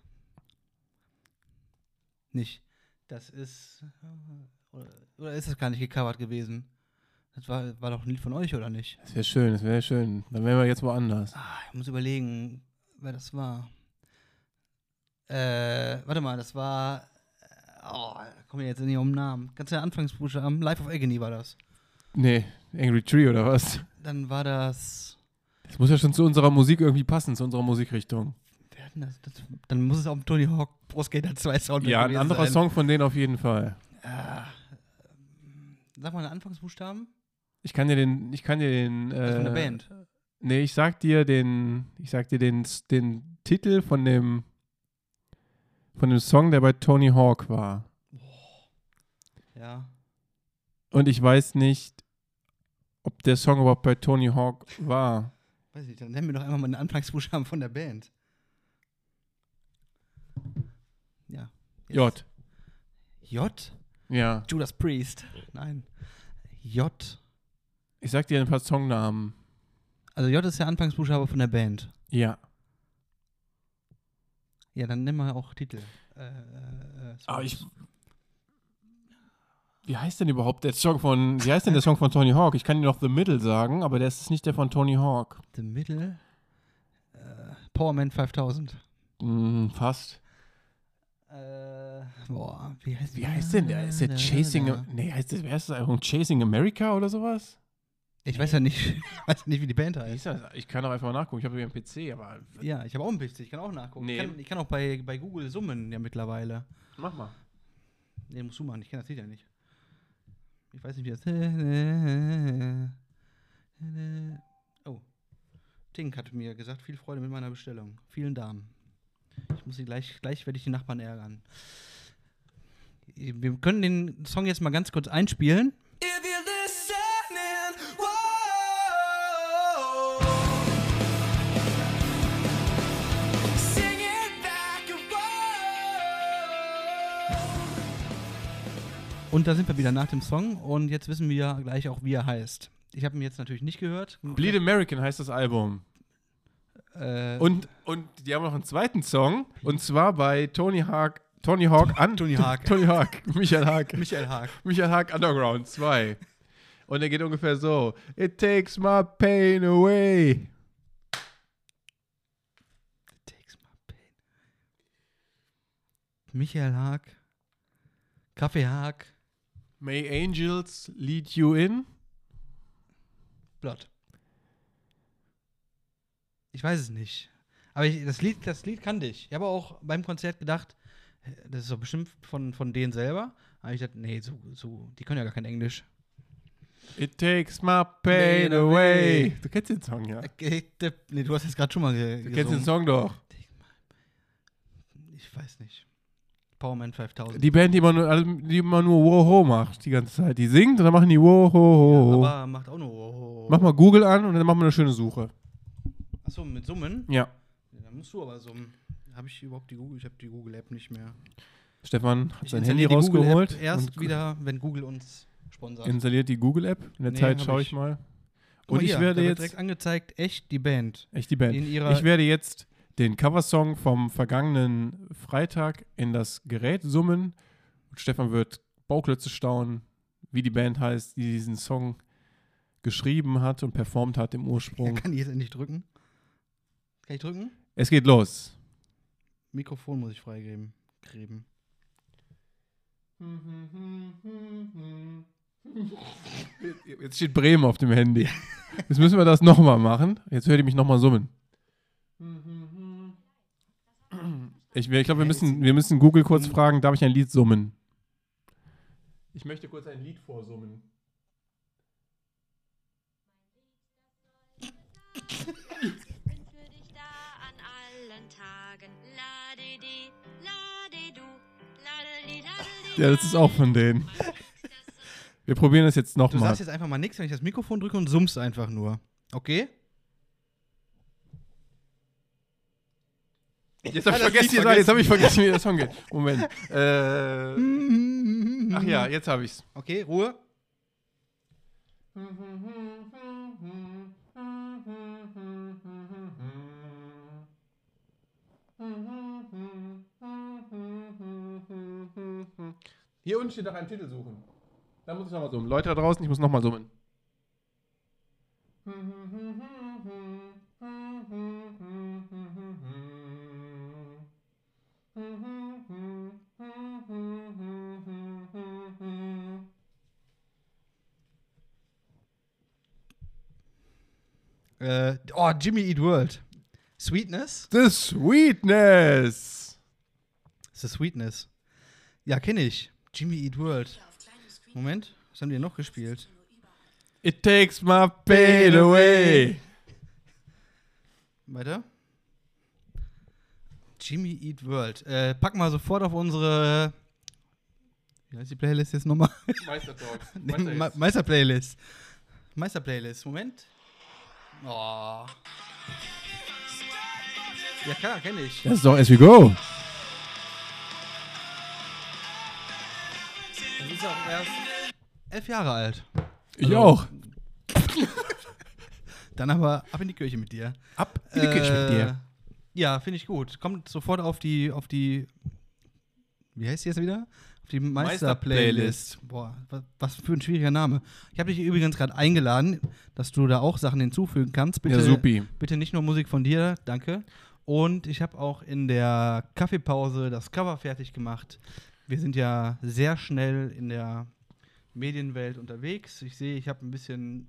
Speaker 2: Nicht. Das ist. Oder, oder ist das gar nicht gecovert gewesen? Das war, war doch ein Lied von euch, oder nicht?
Speaker 1: Das wäre schön, das wäre schön. Dann wären wir jetzt woanders.
Speaker 2: Ah, ich muss überlegen, wer das war. Äh, warte mal, das war. Oh, da komme ich jetzt nicht um den Namen. Ganz in der Anfangsbuchstaben. Life of Agony war das.
Speaker 1: Nee, Angry Tree oder was?
Speaker 2: Dann war das.
Speaker 1: Das muss ja schon zu unserer Musik irgendwie passen, zu unserer Musikrichtung.
Speaker 2: Wer hat denn das? das dann muss es auch ein Tony Hawk Pro Skater 2 Sound
Speaker 1: Ja, ein
Speaker 2: gewesen
Speaker 1: anderer
Speaker 2: sein.
Speaker 1: Song von denen auf jeden Fall.
Speaker 2: Ah, ähm, sag mal einen Anfangsbuchstaben.
Speaker 1: Ich kann dir den, ich kann dir den. Äh,
Speaker 2: Das ist von der Band.
Speaker 1: Nee, ich sag dir den, ich sag dir den, den Titel von dem, von dem Song, der bei Tony Hawk war.
Speaker 2: Ja.
Speaker 1: Und ich weiß nicht, ob der Song überhaupt bei Tony Hawk war.
Speaker 2: Weiß nicht, dann nennen wir doch einmal mal den Anfangsbuchstaben von der Band. Ja. Jetzt.
Speaker 1: J.
Speaker 2: J?
Speaker 1: Ja.
Speaker 2: Judas Priest. Nein. J.
Speaker 1: Ich sag dir ein paar Songnamen.
Speaker 2: Also J ist der Anfangsbuchstabe von der Band.
Speaker 1: Ja.
Speaker 2: Ja, dann nimm mal auch Titel. Äh, äh, äh,
Speaker 1: Aber Ah, ich. Wie heißt denn überhaupt der Song von. Wie heißt denn der Song von Tony Hawk? Ich kann dir noch The Middle sagen, aber der ist nicht der von Tony Hawk.
Speaker 2: The Middle. Äh, Power Man 5000.
Speaker 1: Hm, fast.
Speaker 2: Äh, boah, wie heißt
Speaker 1: Wie heißt denn der? Ist der Chasing. Nee, heißt das, wer ist das Album? Chasing America oder sowas?
Speaker 2: Ich weiß ja nicht, weiß ja nicht, wie die Band
Speaker 1: Wie
Speaker 2: heißt.
Speaker 1: hieß das? Ich kann doch einfach mal nachgucken. Ich habe hier einen PC, aber.
Speaker 2: Ja, ich habe auch einen PC, ich kann auch nachgucken.
Speaker 1: Nee.
Speaker 2: Ich, kann, ich kann auch bei, bei Google summen ja mittlerweile.
Speaker 1: Mach mal.
Speaker 2: Nee, musst du machen, ich kenne das Lied ja nicht. Ich weiß nicht, wie das. Oh. Tink hat mir gesagt, viel Freude mit meiner Bestellung. Vielen Damen. Ich muss sie gleich, gleich werde ich die Nachbarn ärgern. Wir können den Song jetzt mal ganz kurz einspielen.
Speaker 3: If you're listening, whoa, sing it back and whoa.
Speaker 2: Und da sind wir wieder nach dem Song und jetzt wissen wir gleich auch, wie er heißt. Ich habe ihn jetzt natürlich nicht gehört.
Speaker 1: Bleed American heißt das Album.
Speaker 2: Äh,
Speaker 1: Und, und die haben noch einen zweiten Song. Und zwar bei Tony Hawk Tony Hawk an.
Speaker 2: Tony Hawk.
Speaker 1: Tony Hawk. Michael Hawk.
Speaker 2: Michael Haag.
Speaker 1: Michael Haag Underground 2. Und er geht ungefähr so: It takes my pain away.
Speaker 2: Takes my pain. Michael Haag. Kaffee Haag.
Speaker 1: May angels lead you in.
Speaker 2: Blood. Ich weiß es nicht. Aber ich, das, Lied, das Lied kannte ich. Ich habe auch beim Konzert gedacht, äh, das ist doch bestimmt von, von denen selber. Aber ich dachte, nee, so, so, die können ja gar kein Englisch.
Speaker 1: It takes my pain
Speaker 2: Pain
Speaker 1: away.
Speaker 2: away.
Speaker 1: Du kennst den Song, ja?
Speaker 2: Okay, de- Äh, Nee, du hast jetzt gerade schon mal ge
Speaker 1: Du kennst den
Speaker 2: gesungen.
Speaker 1: Song doch.
Speaker 2: Ich weiß nicht. Power Man 5000.
Speaker 1: Die Band, die immer nur, alle- die immer nur Woho macht die ganze Zeit. Die singt und dann machen die Woho.
Speaker 2: Ja, aber macht auch nur. Oh,
Speaker 1: Mach mal Google an und dann machen wir eine schöne Suche.
Speaker 2: Achso, mit Summen?
Speaker 1: Ja.
Speaker 2: Ja, Da musst du aber summen. Habe ich überhaupt die Google? Ich habe die Google App nicht mehr.
Speaker 1: Stefan hat
Speaker 2: Ich
Speaker 1: sein Handy
Speaker 2: installiere die Google
Speaker 1: rausgeholt.
Speaker 2: App erst
Speaker 1: und
Speaker 2: wieder, wenn Google uns sponsert.
Speaker 1: Installiert die Google-App. In der
Speaker 2: Nee,
Speaker 1: Zeit
Speaker 2: hab
Speaker 1: schaue
Speaker 2: ich.
Speaker 1: ich mal.
Speaker 2: Guck mal
Speaker 1: Und ich
Speaker 2: hier,
Speaker 1: werde
Speaker 2: da wird
Speaker 1: jetzt.
Speaker 2: direkt angezeigt, echt die Band.
Speaker 1: Echt die Band.
Speaker 2: In ihrer-
Speaker 1: Ich werde jetzt den Coversong vom vergangenen Freitag in das Gerät summen. Und Stefan wird Bauklötze staunen, wie die Band heißt, die diesen Song geschrieben hat und performt hat im
Speaker 2: Ja,
Speaker 1: Ursprung.
Speaker 2: kann ich jetzt endlich drücken? Kann ich drücken?
Speaker 1: Es geht los.
Speaker 2: Mikrofon muss ich freigeben. Gräben.
Speaker 1: Jetzt steht Bremen auf dem Handy. Jetzt müssen wir das nochmal machen. Jetzt hört ihr mich nochmal summen. Ich, ich glaube, wir müssen, wir müssen Google kurz fragen, darf ich ein Lied summen? Ich möchte kurz ein Lied vorsummen.
Speaker 4: bin für dich da an allen Tagen. Lade die, lade du, lade die, lade die.
Speaker 1: Ja, das ist auch von denen. Wir probieren das jetzt
Speaker 2: Du
Speaker 1: nochmal.
Speaker 2: sagst jetzt einfach mal nichts, wenn ich das Mikrofon drücke und summst einfach nur. Okay?
Speaker 1: Jetzt habe ich
Speaker 2: Ah, das
Speaker 1: vergessen,
Speaker 2: Lied
Speaker 1: jetzt hab ich vergessen, wie der Song geht. Moment. Äh, ach
Speaker 2: Ach
Speaker 1: ja, jetzt habe ich's.
Speaker 2: Okay, Ruhe.
Speaker 1: Hier unten steht nach einem Titel suchen. Da muss ich nochmal summen. Leute da draußen, ich muss nochmal summen.
Speaker 2: Äh, oh, Jimmy Eat World. Sweetness?
Speaker 1: The Sweetness.
Speaker 2: Das ist Sweetness. Ja, kenne ich. Jimmy Eat World. Moment, was haben die noch gespielt?
Speaker 1: It takes my pain away.
Speaker 2: Weiter. Jimmy Eat World. Äh, pack mal sofort auf unsere. Wie heißt die Playlist jetzt nochmal? Me- Meister-Playlist. Meister-Playlist. Moment. Oh. Ja, klar, kenne ich.
Speaker 1: Das ist doch As We Go.
Speaker 2: Das ist auch erst elf Jahre alt.
Speaker 1: Ich
Speaker 2: Also-
Speaker 1: auch.
Speaker 2: Dann aber ab in die Kirche mit dir.
Speaker 1: Ab in die Küche mit dir.
Speaker 2: Äh, Ja, finde ich gut. Kommt sofort auf die, auf die, wie heißt die jetzt wieder? Auf die Meister-Playlist. Boah, wa- was für ein schwieriger Name. Ich habe dich übrigens gerade eingeladen, dass du da auch Sachen hinzufügen kannst. Bitte,
Speaker 1: Ja, supi.
Speaker 2: bitte nicht nur Musik von dir, danke. Und ich habe auch in der Kaffeepause das Cover fertig gemacht. Wir sind ja sehr schnell in der Medienwelt unterwegs. Ich sehe, ich habe ein bisschen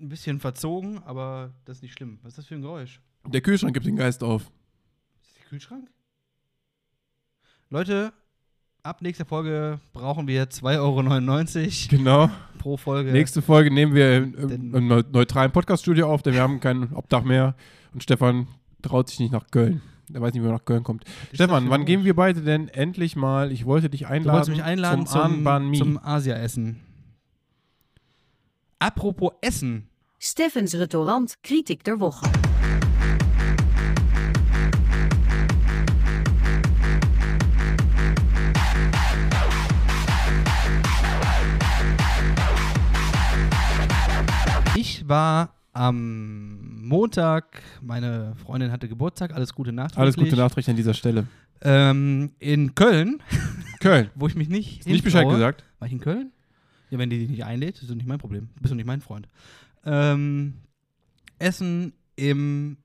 Speaker 2: ein bisschen verzogen, aber das ist nicht schlimm. Was ist das für ein Geräusch?
Speaker 1: Der Kühlschrank gibt den Geist auf.
Speaker 2: Ist das der Kühlschrank? Leute, ab nächster Folge brauchen wir 2,99 Euro
Speaker 1: Genau.
Speaker 2: pro Folge.
Speaker 1: Nächste Folge nehmen wir im, im,
Speaker 2: Denn-
Speaker 1: im neu- neutralen Podcast-Studio auf, denn wir haben kein Obdach mehr. Und Stefan traut sich nicht nach Köln. Er weiß nicht, wie er nach Köln kommt.
Speaker 2: Ist das
Speaker 1: Stefan,
Speaker 2: für
Speaker 1: wann
Speaker 2: ein
Speaker 1: gehen wir beide denn endlich mal? Ich wollte dich
Speaker 2: Du
Speaker 1: einladen.
Speaker 2: wolltest mich einladen
Speaker 1: zum,
Speaker 2: zum,
Speaker 1: Anban
Speaker 2: zum,
Speaker 1: Mi.
Speaker 2: Asia-Essen. Apropos Essen.
Speaker 5: Steffens Restaurant Kritiek der Woche.
Speaker 2: Ich war am Montag, meine Freundin hatte Geburtstag, alles Gute Nacht.
Speaker 1: Alles Gute Nachricht an dieser Stelle.
Speaker 2: Ähm, in Köln,
Speaker 1: Köln.
Speaker 2: wo ich mich nicht.
Speaker 1: Nicht Bescheid
Speaker 2: hintraue.
Speaker 1: gesagt.
Speaker 2: War ich in Köln? Ja, wenn die dich nicht einlädt, ist das nicht mein Problem. Bist du nicht mein Freund. Ähm, Essen im,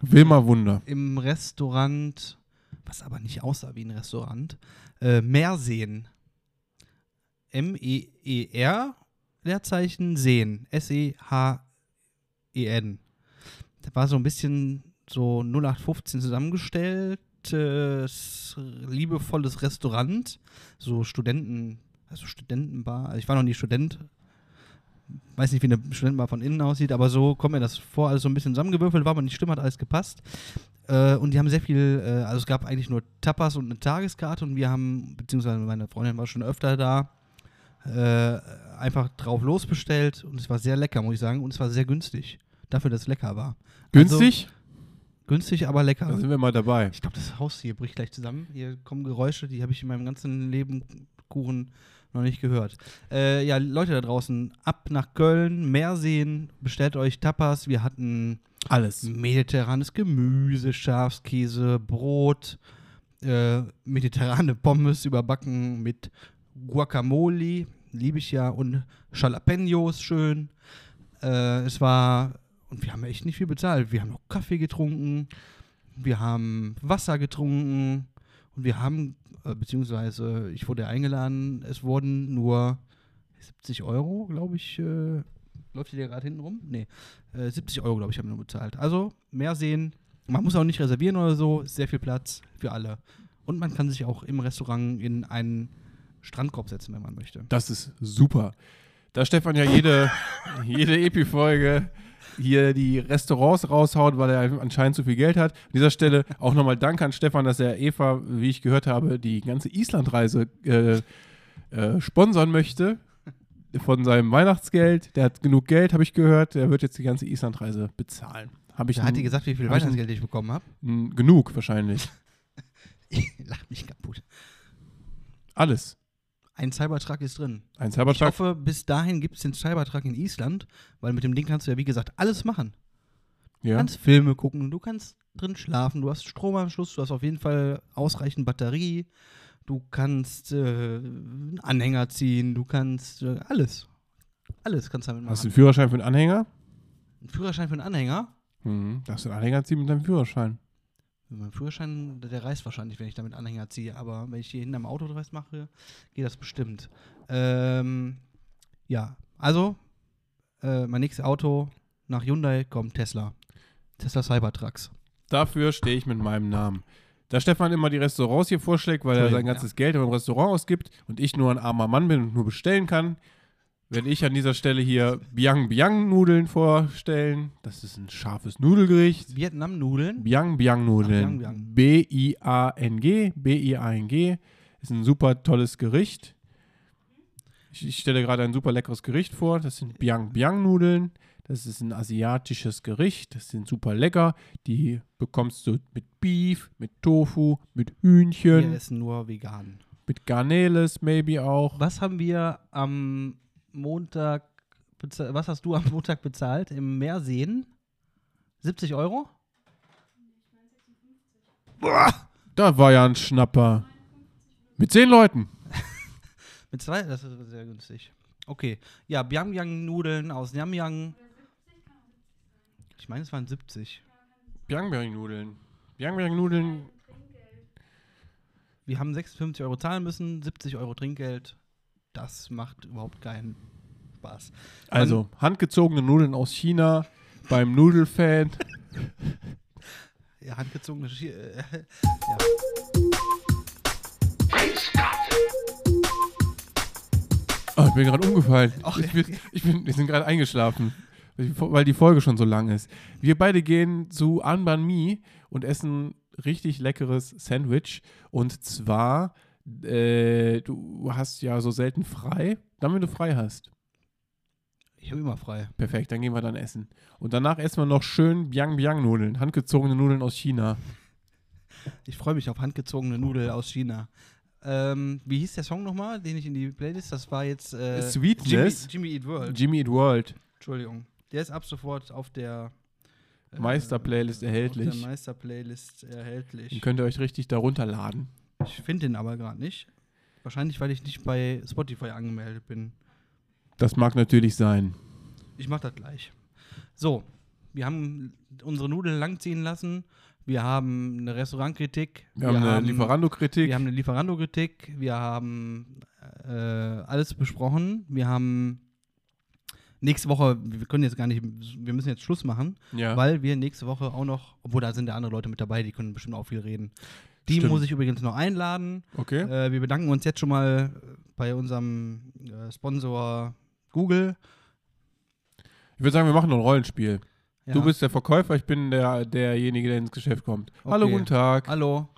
Speaker 1: Wilma Wunder.
Speaker 2: im Restaurant, was aber nicht aussah wie ein Restaurant, äh, Meerseen. M-E-E-R, E Leerzeichen, E Seen. S-E-H-E-N. E Da war so ein bisschen so 0815 zusammengestelltes, liebevolles Restaurant. so Studenten, also Studentenbar, also ich war noch nie Student, weiß nicht, wie eine Studentenbar von innen aussieht, aber so kommt mir das vor, alles so ein bisschen zusammengewürfelt war, man die Stimme hat alles gepasst. Äh, und die haben sehr viel, äh, also es gab eigentlich nur Tapas und eine Tageskarte und wir haben, beziehungsweise meine Freundin war schon öfter da, äh, einfach drauf losbestellt und es war sehr lecker, muss ich sagen, und es war sehr günstig, dafür, dass es lecker war.
Speaker 1: Günstig?
Speaker 2: Also, günstig, aber lecker.
Speaker 1: da sind wir mal dabei.
Speaker 2: Ich glaube, das Haus hier bricht gleich zusammen. Hier kommen Geräusche, die habe ich in meinem ganzen Leben Kuchen noch nicht gehört. Äh, ja, Leute da draußen, ab nach Köln, Meerseen, bestellt euch Tapas. Wir hatten
Speaker 1: Alles.
Speaker 2: mediterranes Gemüse, Schafskäse, Brot, äh, mediterrane Pommes überbacken mit Guacamole, liebe ich ja, und Jalapenos schön. Äh, es war, und wir haben echt nicht viel bezahlt. Wir haben noch Kaffee getrunken, wir haben Wasser getrunken und wir haben, äh, beziehungsweise ich wurde eingeladen, es wurden nur 70 Euro, glaube ich, äh, läuft die dir gerade hinten rum? Nee, äh, 70 Euro, glaube ich, haben wir nur bezahlt. Also mehr sehen, man muss auch nicht reservieren oder so, ist sehr viel Platz für alle. Und man kann sich auch im Restaurant in einen Strandkorb setzen, wenn man möchte.
Speaker 1: Das ist super. Da Stefan ja jede, jede Epi-Folge hier die Restaurants raushaut, weil er anscheinend zu viel Geld hat. An dieser Stelle auch nochmal Dank an Stefan, dass er Eva, wie ich gehört habe, die ganze Islandreise äh, äh, sponsern möchte. Von seinem Weihnachtsgeld. Der hat genug Geld, habe ich gehört. Der wird jetzt die ganze Islandreise bezahlen. Habe ich
Speaker 2: Da hat die
Speaker 1: nun-
Speaker 2: gesagt, wie viel
Speaker 1: hab ich-
Speaker 2: Weihnachtsgeld ich bekommen habe.
Speaker 1: nun genug wahrscheinlich.
Speaker 2: Lach mich kaputt.
Speaker 1: Alles.
Speaker 2: Ein Cybertruck ist drin.
Speaker 1: Ein
Speaker 2: Ich
Speaker 1: Cybertruck.
Speaker 2: hoffe, bis dahin gibt es den Cybertruck in Island, weil mit dem Ding kannst du ja, wie gesagt, alles machen. Du
Speaker 1: Ja.
Speaker 2: kannst Filme gucken, du kannst drin schlafen, du hast Stromanschluss, du hast auf jeden Fall ausreichend Batterie, du kannst äh, einen Anhänger ziehen, du kannst äh, alles. Alles kannst du damit machen.
Speaker 1: Hast du einen Führerschein für einen Anhänger?
Speaker 2: einen Führerschein für einen Anhänger?
Speaker 1: Mhm. Darfst du einen Anhänger ziehen mit deinem Führerschein?
Speaker 2: Mein Führerschein, der reißt wahrscheinlich, wenn ich damit Anhänger ziehe, aber wenn ich hier hinten am Auto draus mache, geht das bestimmt. Ähm, ja, also, äh, mein nächstes Auto nach Hyundai kommt Tesla. Tesla Cybertrucks.
Speaker 1: Dafür stehe ich mit meinem Namen. Da Stefan immer die Restaurants hier vorschlägt, weil er sein
Speaker 2: Entschuldigung,
Speaker 1: ganzes Geld im Restaurant ausgibt und ich nur ein armer Mann bin und nur bestellen kann, werde ich an dieser Stelle hier Biang Biang Nudeln vorstellen. Das ist ein scharfes Nudelgericht.
Speaker 2: Vietnam-Nudeln.
Speaker 1: Biang Biang
Speaker 2: Ach, Biang
Speaker 1: Nudeln.
Speaker 2: Biang.
Speaker 1: B-I-A-N-G. B-I-A-N-G. Ist ein super tolles Gericht. Ich, ich stelle gerade ein super leckeres Gericht vor. Das sind Biang Biang Nudeln. Das ist ein asiatisches Gericht. Das sind super lecker. Die bekommst du mit Beef, mit Tofu, mit Hühnchen,
Speaker 2: Wir essen nur vegan.
Speaker 1: mit Garneles, maybe auch.
Speaker 2: Was haben wir am Montag, beza- was hast du am Montag bezahlt im Meerseen? 70 Euro?
Speaker 1: Da war ja ein Schnapper. Mit zehn Leuten.
Speaker 2: Mit zwei? Das ist sehr günstig. Okay. Ja, Biamyang-Nudeln aus Nyamyang. Ich meine, es waren 70.
Speaker 1: Biang Biang Nudeln. Biang Biang Nudeln.
Speaker 2: Wir haben 56 Euro zahlen müssen, 70 Euro Trinkgeld. Das macht überhaupt keinen Spaß.
Speaker 1: Also, handgezogene Nudeln aus China beim Nudelfan.
Speaker 2: Ja, handgezogene Schie äh,
Speaker 1: Oh, ich bin gerade umgefallen.
Speaker 2: Ach,
Speaker 1: ich bin, ich bin, wir sind gerade eingeschlafen, weil die Fo- weil die Folge schon so lang ist. Wir beide gehen zu Anban Mi und essen richtig leckeres Sandwich. Und zwar, äh, du hast ja so selten frei. Dann, wenn du frei hast.
Speaker 2: Ich habe immer frei.
Speaker 1: Perfekt, dann gehen wir dann essen. Und danach essen wir noch schön Biang Biang Nudeln, handgezogene Nudeln aus China.
Speaker 2: Ich freue mich auf handgezogene Nudel aus China. Ähm, wie hieß der Song nochmal, den ich in die Playlist? Das war jetzt äh,
Speaker 1: Sweetness.
Speaker 2: Jimmy, Jimmy Eat World.
Speaker 1: Jimmy Eat World.
Speaker 2: Entschuldigung. Der ist ab sofort auf der äh,
Speaker 1: Meister-Playlist
Speaker 2: Auf
Speaker 1: erhältlich.
Speaker 2: der Meister-Playlist
Speaker 1: Dann
Speaker 2: erhältlich.
Speaker 1: könnt ihr euch richtig darunter laden.
Speaker 2: Ich finde den aber gerade nicht. Wahrscheinlich, weil ich nicht bei Spotify angemeldet bin.
Speaker 1: Das mag natürlich sein.
Speaker 2: Ich mache das gleich. So, wir haben unsere Nudeln langziehen lassen. Wir haben eine Restaurantkritik.
Speaker 1: Wir, haben eine
Speaker 2: Wir haben
Speaker 1: Lieferando-Kritik.
Speaker 2: eine Lieferando-Kritik, wir haben äh, alles besprochen. Wir haben nächste Woche, wir können jetzt gar nicht, wir müssen jetzt Schluss machen,
Speaker 1: Ja.
Speaker 2: weil wir nächste Woche auch noch, obwohl da sind ja andere Leute mit dabei, die können bestimmt auch viel reden. Die
Speaker 1: Stimmt.
Speaker 2: muss ich übrigens noch einladen.
Speaker 1: Okay.
Speaker 2: Äh, wir bedanken uns jetzt schon mal äh, bei unserem äh, Sponsor Google.
Speaker 1: Ich würde sagen, wir machen noch ein Rollenspiel.
Speaker 2: Ja.
Speaker 1: Du bist der Verkäufer, ich bin der, derjenige, der ins Geschäft kommt. Hallo,
Speaker 2: Okay.
Speaker 1: guten Tag.
Speaker 2: Hallo,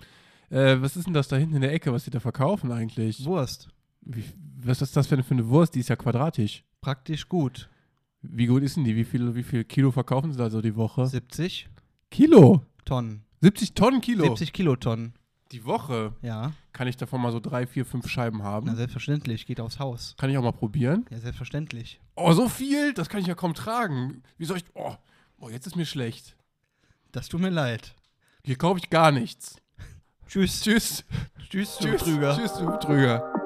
Speaker 1: Äh, was ist denn das da hinten in der Ecke, was die da verkaufen eigentlich?
Speaker 2: Wurst.
Speaker 1: Wie, was ist das für eine, für eine Wurst? Die ist ja quadratisch.
Speaker 2: Praktisch gut.
Speaker 1: Wie gut ist denn die? Wie viel, wie viel Kilo verkaufen sie da so die Woche?
Speaker 2: 70
Speaker 1: Kilo?
Speaker 2: Tonnen.
Speaker 1: 70 Tonnen Kilo?
Speaker 2: 70 Kilotonnen.
Speaker 1: Die Woche?
Speaker 2: Ja,
Speaker 1: Kann ich davon mal so drei, vier, fünf Scheiben haben?
Speaker 2: na selbstverständlich, geht aufs Haus.
Speaker 1: kann ich auch mal probieren?
Speaker 2: Ja, selbstverständlich.
Speaker 1: Oh, so viel? Das kann ich ja kaum tragen. Wie soll ich... Oh, oh jetzt ist mir schlecht.
Speaker 2: Das tut mir leid.
Speaker 1: Hier kaufe ich gar nichts.
Speaker 2: Tschüss.
Speaker 1: Tschüss.
Speaker 2: Tschüss,
Speaker 1: Tschüss,
Speaker 2: Trüger.
Speaker 1: Tschüss, du Betrüger.